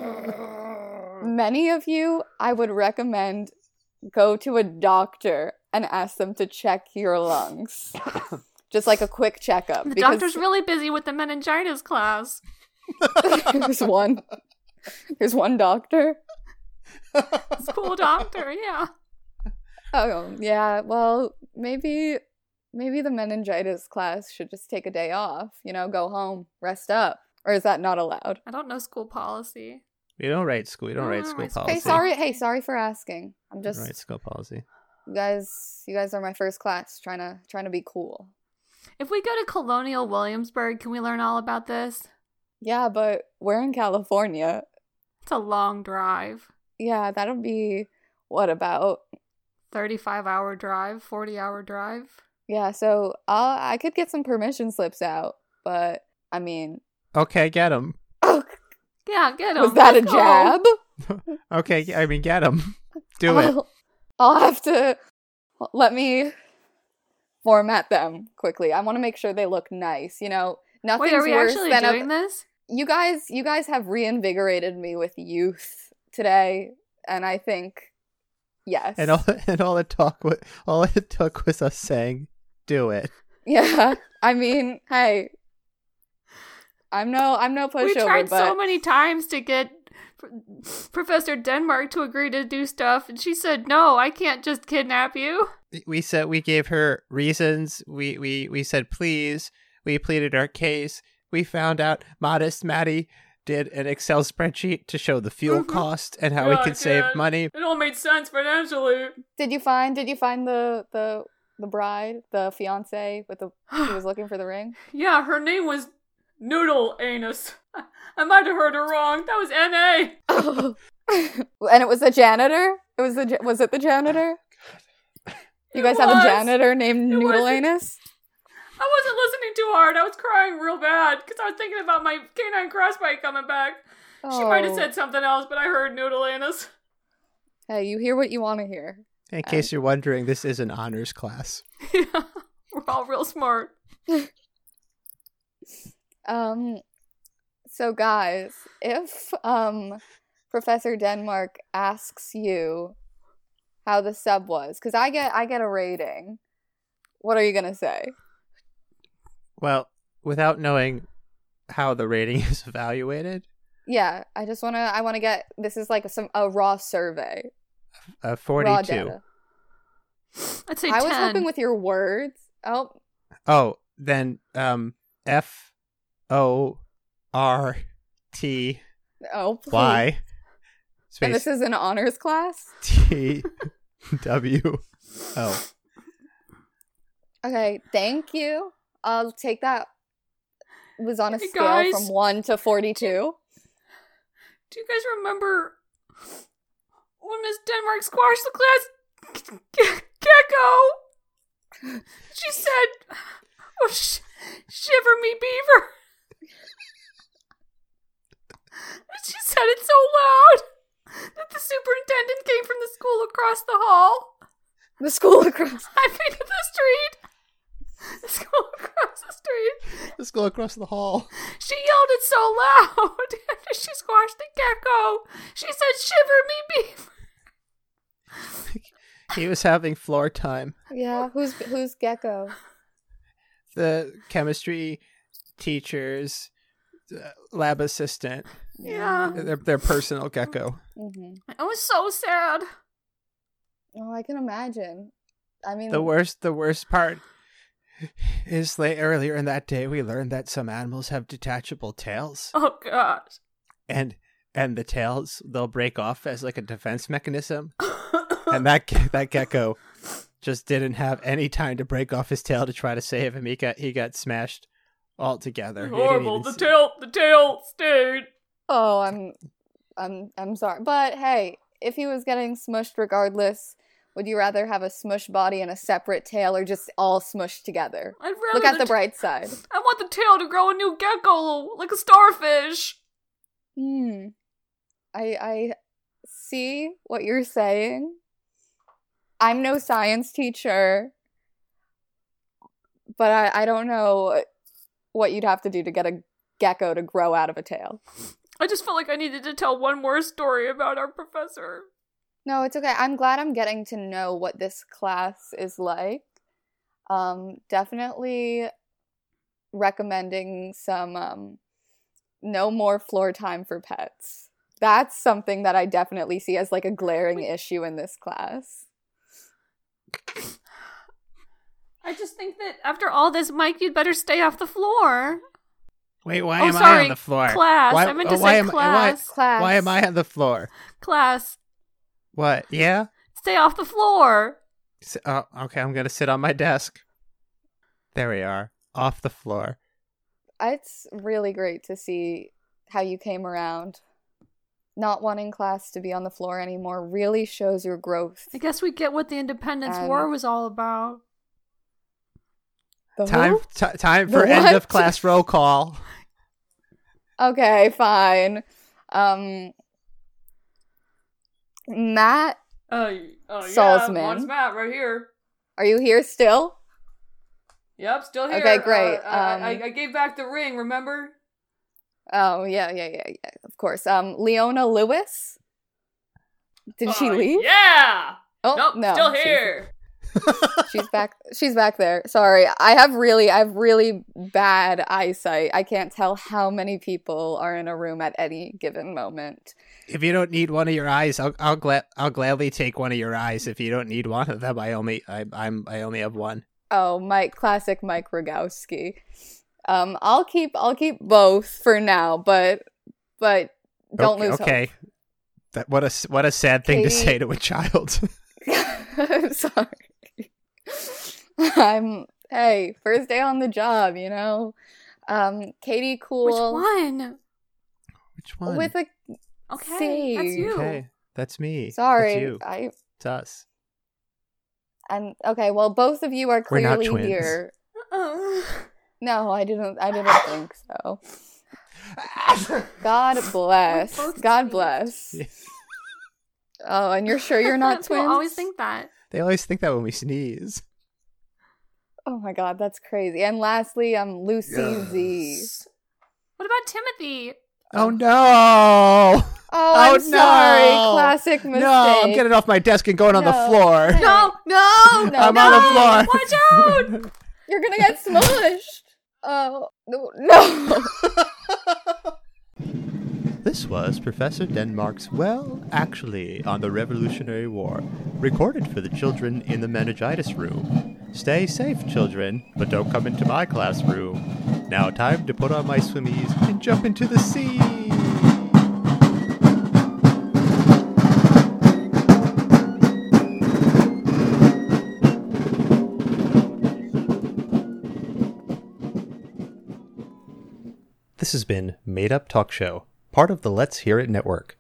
[SPEAKER 3] one. Many of you, I would recommend go to a doctor and ask them to check your lungs. Just like a quick checkup.
[SPEAKER 1] The
[SPEAKER 3] because-
[SPEAKER 1] doctor's really busy with the meningitis class.
[SPEAKER 3] There's one. There's one doctor.
[SPEAKER 1] School doctor, yeah.
[SPEAKER 3] Oh yeah. Well, maybe maybe the meningitis class should just take a day off. You know, go home, rest up. Or is that not allowed?
[SPEAKER 1] I don't know school policy.
[SPEAKER 2] We don't write school. We don't
[SPEAKER 1] No,
[SPEAKER 2] write
[SPEAKER 1] no,
[SPEAKER 2] school
[SPEAKER 1] it's- Hey,
[SPEAKER 2] policy.
[SPEAKER 3] Hey, sorry. Hey, sorry for asking. I'm
[SPEAKER 2] We don't
[SPEAKER 3] just
[SPEAKER 2] write school policy.
[SPEAKER 3] you guys. You guys are my first class. Trying to trying to be cool.
[SPEAKER 1] If we go to Colonial Williamsburg, can we learn all about this?
[SPEAKER 3] Yeah, but we're in California.
[SPEAKER 1] It's a long drive.
[SPEAKER 3] Yeah, that'll be what about?
[SPEAKER 1] 35 hour drive, 40 hour drive.
[SPEAKER 3] Yeah, so uh, I could get some permission slips out, but I mean,
[SPEAKER 2] Okay, get him.
[SPEAKER 3] oh,
[SPEAKER 1] Yeah, get him.
[SPEAKER 3] was that a jab?
[SPEAKER 2] Okay, I mean, get him. Do it.
[SPEAKER 3] I'll, I'll have to let me format them quickly. I want to make sure they look nice. You know, nothing's
[SPEAKER 1] Wait, are we
[SPEAKER 3] worse
[SPEAKER 1] actually
[SPEAKER 3] than
[SPEAKER 1] doing
[SPEAKER 3] a,
[SPEAKER 1] this?
[SPEAKER 3] you guys. You guys have reinvigorated me with youth today, and I think yes.
[SPEAKER 2] And all and all it talk wa- all it took was us saying, "Do it."
[SPEAKER 3] yeah, I mean, hey, I'm no, I'm no pushover,
[SPEAKER 1] we tried
[SPEAKER 3] but
[SPEAKER 1] so many times to get Professor Denmark to agree to do stuff, and she said, no, I can't just kidnap you.
[SPEAKER 2] We said we gave her reasons. We we we said please. We pleaded our case. We found out modest Maddie did an Excel spreadsheet to show the fuel
[SPEAKER 1] Mhm.
[SPEAKER 2] cost and how we
[SPEAKER 4] Yeah, I
[SPEAKER 2] could save
[SPEAKER 4] did.
[SPEAKER 2] money.
[SPEAKER 4] It all made sense financially.
[SPEAKER 3] did you find? Did you find the the the bride, the fiance with the who was looking for the ring?
[SPEAKER 4] Yeah, her name was Noodle Anus. I might have heard her wrong. That was N A.
[SPEAKER 3] and it was the janitor. It was the ja- was it the janitor? You guys have
[SPEAKER 4] was.
[SPEAKER 3] a janitor named
[SPEAKER 4] It was.
[SPEAKER 3] Noodle Anus.
[SPEAKER 4] I wasn't listening too hard. I was crying real bad because I was thinking about my canine crossbite coming back. She might have
[SPEAKER 3] Oh.
[SPEAKER 4] said something else, but I heard noodle anus.
[SPEAKER 3] Hey, you hear what you want to hear.
[SPEAKER 2] In case you're wondering, this is an honors class.
[SPEAKER 4] Yeah, we're all real smart.
[SPEAKER 3] Um, so guys, if um Professor Denmark asks you how the sub was, because I get I get a rating, what are you gonna say?
[SPEAKER 2] Well, without knowing how the rating is evaluated,
[SPEAKER 3] Yeah, I just wanna I wanna get this is like some a raw survey,
[SPEAKER 2] a
[SPEAKER 3] raw
[SPEAKER 2] 42.
[SPEAKER 3] data.
[SPEAKER 1] I'd say
[SPEAKER 3] I
[SPEAKER 1] 10.
[SPEAKER 3] was hoping with your words. Oh,
[SPEAKER 2] Oh, then um F O R T
[SPEAKER 3] oh, please.
[SPEAKER 2] Y space
[SPEAKER 3] And this is an honors class.
[SPEAKER 2] T W O.
[SPEAKER 3] Okay, thank you. I'll take that. Was on a
[SPEAKER 4] Hey,
[SPEAKER 3] scale
[SPEAKER 4] guys.
[SPEAKER 3] from one to forty-two.
[SPEAKER 4] Do you guys remember when Miss Denmark squashed the class g- g- gecko? She said, "Oh, sh- shiver me beaver." And she said it so loud that the superintendent came from the school across the hall.
[SPEAKER 3] The school across.
[SPEAKER 4] I mean, the street. The school across the street.
[SPEAKER 2] Let's go across the hall.
[SPEAKER 4] She yelled it so loud after she squashed the gecko. She said, "Shiver me beaver."
[SPEAKER 2] He was having floor time.
[SPEAKER 3] Yeah, who's who's Gecko?
[SPEAKER 2] The chemistry teacher's uh, lab assistant,
[SPEAKER 4] Yeah.
[SPEAKER 2] their, their personal gecko.
[SPEAKER 3] hmm
[SPEAKER 4] I was so sad.
[SPEAKER 3] Oh, I can imagine. I mean,
[SPEAKER 2] The worst, the worst part is late earlier in that day we learned that some animals have detachable tails,
[SPEAKER 4] Oh god.
[SPEAKER 2] and and the tails they'll break off as like a defense mechanism. and that ge- that gecko just didn't have any time to break off his tail to try to save him. He got he got smashed altogether. He didn't
[SPEAKER 4] Horrible.
[SPEAKER 2] even
[SPEAKER 4] The
[SPEAKER 2] see-
[SPEAKER 4] tail the tail stayed.
[SPEAKER 3] oh, I'm, I'm, I'm sorry, but hey, if he was getting smushed regardless, would you rather have a smushed body and a separate tail, or just all smushed together?
[SPEAKER 4] I'd rather
[SPEAKER 3] Look at the
[SPEAKER 4] ta-
[SPEAKER 3] bright side.
[SPEAKER 4] I want the tail to grow a new gecko like a starfish.
[SPEAKER 3] Hmm. I I see what you're saying. I'm no science teacher, but I I don't know what you'd have to do to get a gecko to grow out of a tail.
[SPEAKER 4] I just felt like I needed to tell one more story about our professor.
[SPEAKER 3] No, it's okay. I'm glad I'm getting to know what this class is like. Um, definitely recommending some um, no more floor time for pets. That's something that I definitely see as like a glaring issue in this class.
[SPEAKER 1] I just think that after all this, Mike, you'd better stay off the floor.
[SPEAKER 2] Wait, why
[SPEAKER 4] Oh,
[SPEAKER 2] am I
[SPEAKER 4] sorry,
[SPEAKER 2] on the floor?
[SPEAKER 1] Class.
[SPEAKER 2] Why-
[SPEAKER 1] I meant
[SPEAKER 2] oh,
[SPEAKER 1] to
[SPEAKER 2] why
[SPEAKER 1] say
[SPEAKER 2] am I- why-
[SPEAKER 1] class.
[SPEAKER 3] Class.
[SPEAKER 2] Why am I on the floor?
[SPEAKER 1] Class.
[SPEAKER 2] What? Yeah.
[SPEAKER 1] Stay off the floor.
[SPEAKER 2] S- Oh, okay, I'm gonna sit on my desk. There we are, off the floor.
[SPEAKER 3] It's really great to see how you came around. Not wanting class to be on the floor anymore really shows your growth.
[SPEAKER 1] I guess we get what the Independence
[SPEAKER 3] Um,
[SPEAKER 1] War was all about.
[SPEAKER 3] The
[SPEAKER 2] Time,
[SPEAKER 3] who?
[SPEAKER 2] t- time
[SPEAKER 3] The
[SPEAKER 2] for end
[SPEAKER 3] what?
[SPEAKER 2] of class roll call.
[SPEAKER 3] Okay, fine. Um, Matt,
[SPEAKER 4] Uh, uh
[SPEAKER 3] Salzman.
[SPEAKER 4] one's Matt right here.
[SPEAKER 3] are you here still?
[SPEAKER 4] Yep, still here.
[SPEAKER 3] Okay, great.
[SPEAKER 4] Uh, I-
[SPEAKER 3] Um,
[SPEAKER 4] I, I gave back the ring, remember?
[SPEAKER 3] Oh yeah, yeah, yeah, yeah. Of course. Um, Leona Lewis. Did she
[SPEAKER 4] Uh,
[SPEAKER 3] leave?
[SPEAKER 4] Yeah.
[SPEAKER 3] Oh
[SPEAKER 4] nope,
[SPEAKER 3] no,
[SPEAKER 4] still
[SPEAKER 3] she's-
[SPEAKER 4] here.
[SPEAKER 3] She's, back. She's back there. Sorry, I have really, I have really bad eyesight. I can't tell how many people are in a room at any given moment.
[SPEAKER 2] If you don't need one of your eyes, I'll I'll, gla- I'll gladly take one of your eyes. If you don't need one of them, I only I, I'm I only have one.
[SPEAKER 3] Oh, Mike, classic Mike Rogowski. Um, I'll keep, I'll keep both for now, but, but don't
[SPEAKER 2] okay,
[SPEAKER 3] lose hope.
[SPEAKER 2] okay. That what a s- what a sad thing to
[SPEAKER 3] Katie-
[SPEAKER 2] say to a child.
[SPEAKER 3] I'm sorry. I'm hey, first day on the job, you know. Um, Katie Cool
[SPEAKER 1] Which one?
[SPEAKER 2] Which one?
[SPEAKER 3] with a
[SPEAKER 1] Okay, that's
[SPEAKER 3] Sage.
[SPEAKER 1] you.
[SPEAKER 2] Okay, that's me. That's
[SPEAKER 3] Sorry,
[SPEAKER 2] you.
[SPEAKER 3] I
[SPEAKER 2] It's us.
[SPEAKER 3] and okay. Well, both of you are
[SPEAKER 2] We're not
[SPEAKER 3] clearly
[SPEAKER 2] twins.
[SPEAKER 3] here.
[SPEAKER 1] Uh-uh.
[SPEAKER 3] No, I didn't. I didn't think so. God bless.
[SPEAKER 1] We're both
[SPEAKER 3] God
[SPEAKER 1] twins.
[SPEAKER 3] bless.
[SPEAKER 2] Yeah.
[SPEAKER 3] Oh, and you're sure you're not
[SPEAKER 1] People
[SPEAKER 3] twins?
[SPEAKER 1] always think that.
[SPEAKER 2] They always think that when we sneeze.
[SPEAKER 3] Oh my God, that's crazy. And lastly, I'm Lucy Z.
[SPEAKER 1] What about Timothy?
[SPEAKER 2] Oh no!
[SPEAKER 3] Oh,
[SPEAKER 2] Oh,
[SPEAKER 3] I'm
[SPEAKER 2] no.
[SPEAKER 3] sorry. Classic mistake.
[SPEAKER 2] No, I'm getting off my desk and going on the
[SPEAKER 3] No.
[SPEAKER 2] floor.
[SPEAKER 3] Hey.
[SPEAKER 1] No, no,
[SPEAKER 3] No.
[SPEAKER 2] I'm on the floor.
[SPEAKER 1] Watch out!
[SPEAKER 3] You're gonna get smushed. Oh no! no.
[SPEAKER 2] This was Professor Denmark's Well, Actually, on the Revolutionary War, recorded for the children in the meningitis room. Stay safe, children, but don't come into my classroom. Now, time to put on my swimmies and jump into the sea! This has been Made Up Talk Show, part of the Let's Hear It Network.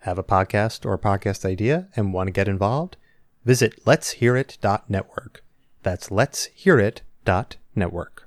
[SPEAKER 2] Have a podcast or podcast idea and want to get involved? Visit Let's Hear It Network. That's Let's Hear It Network.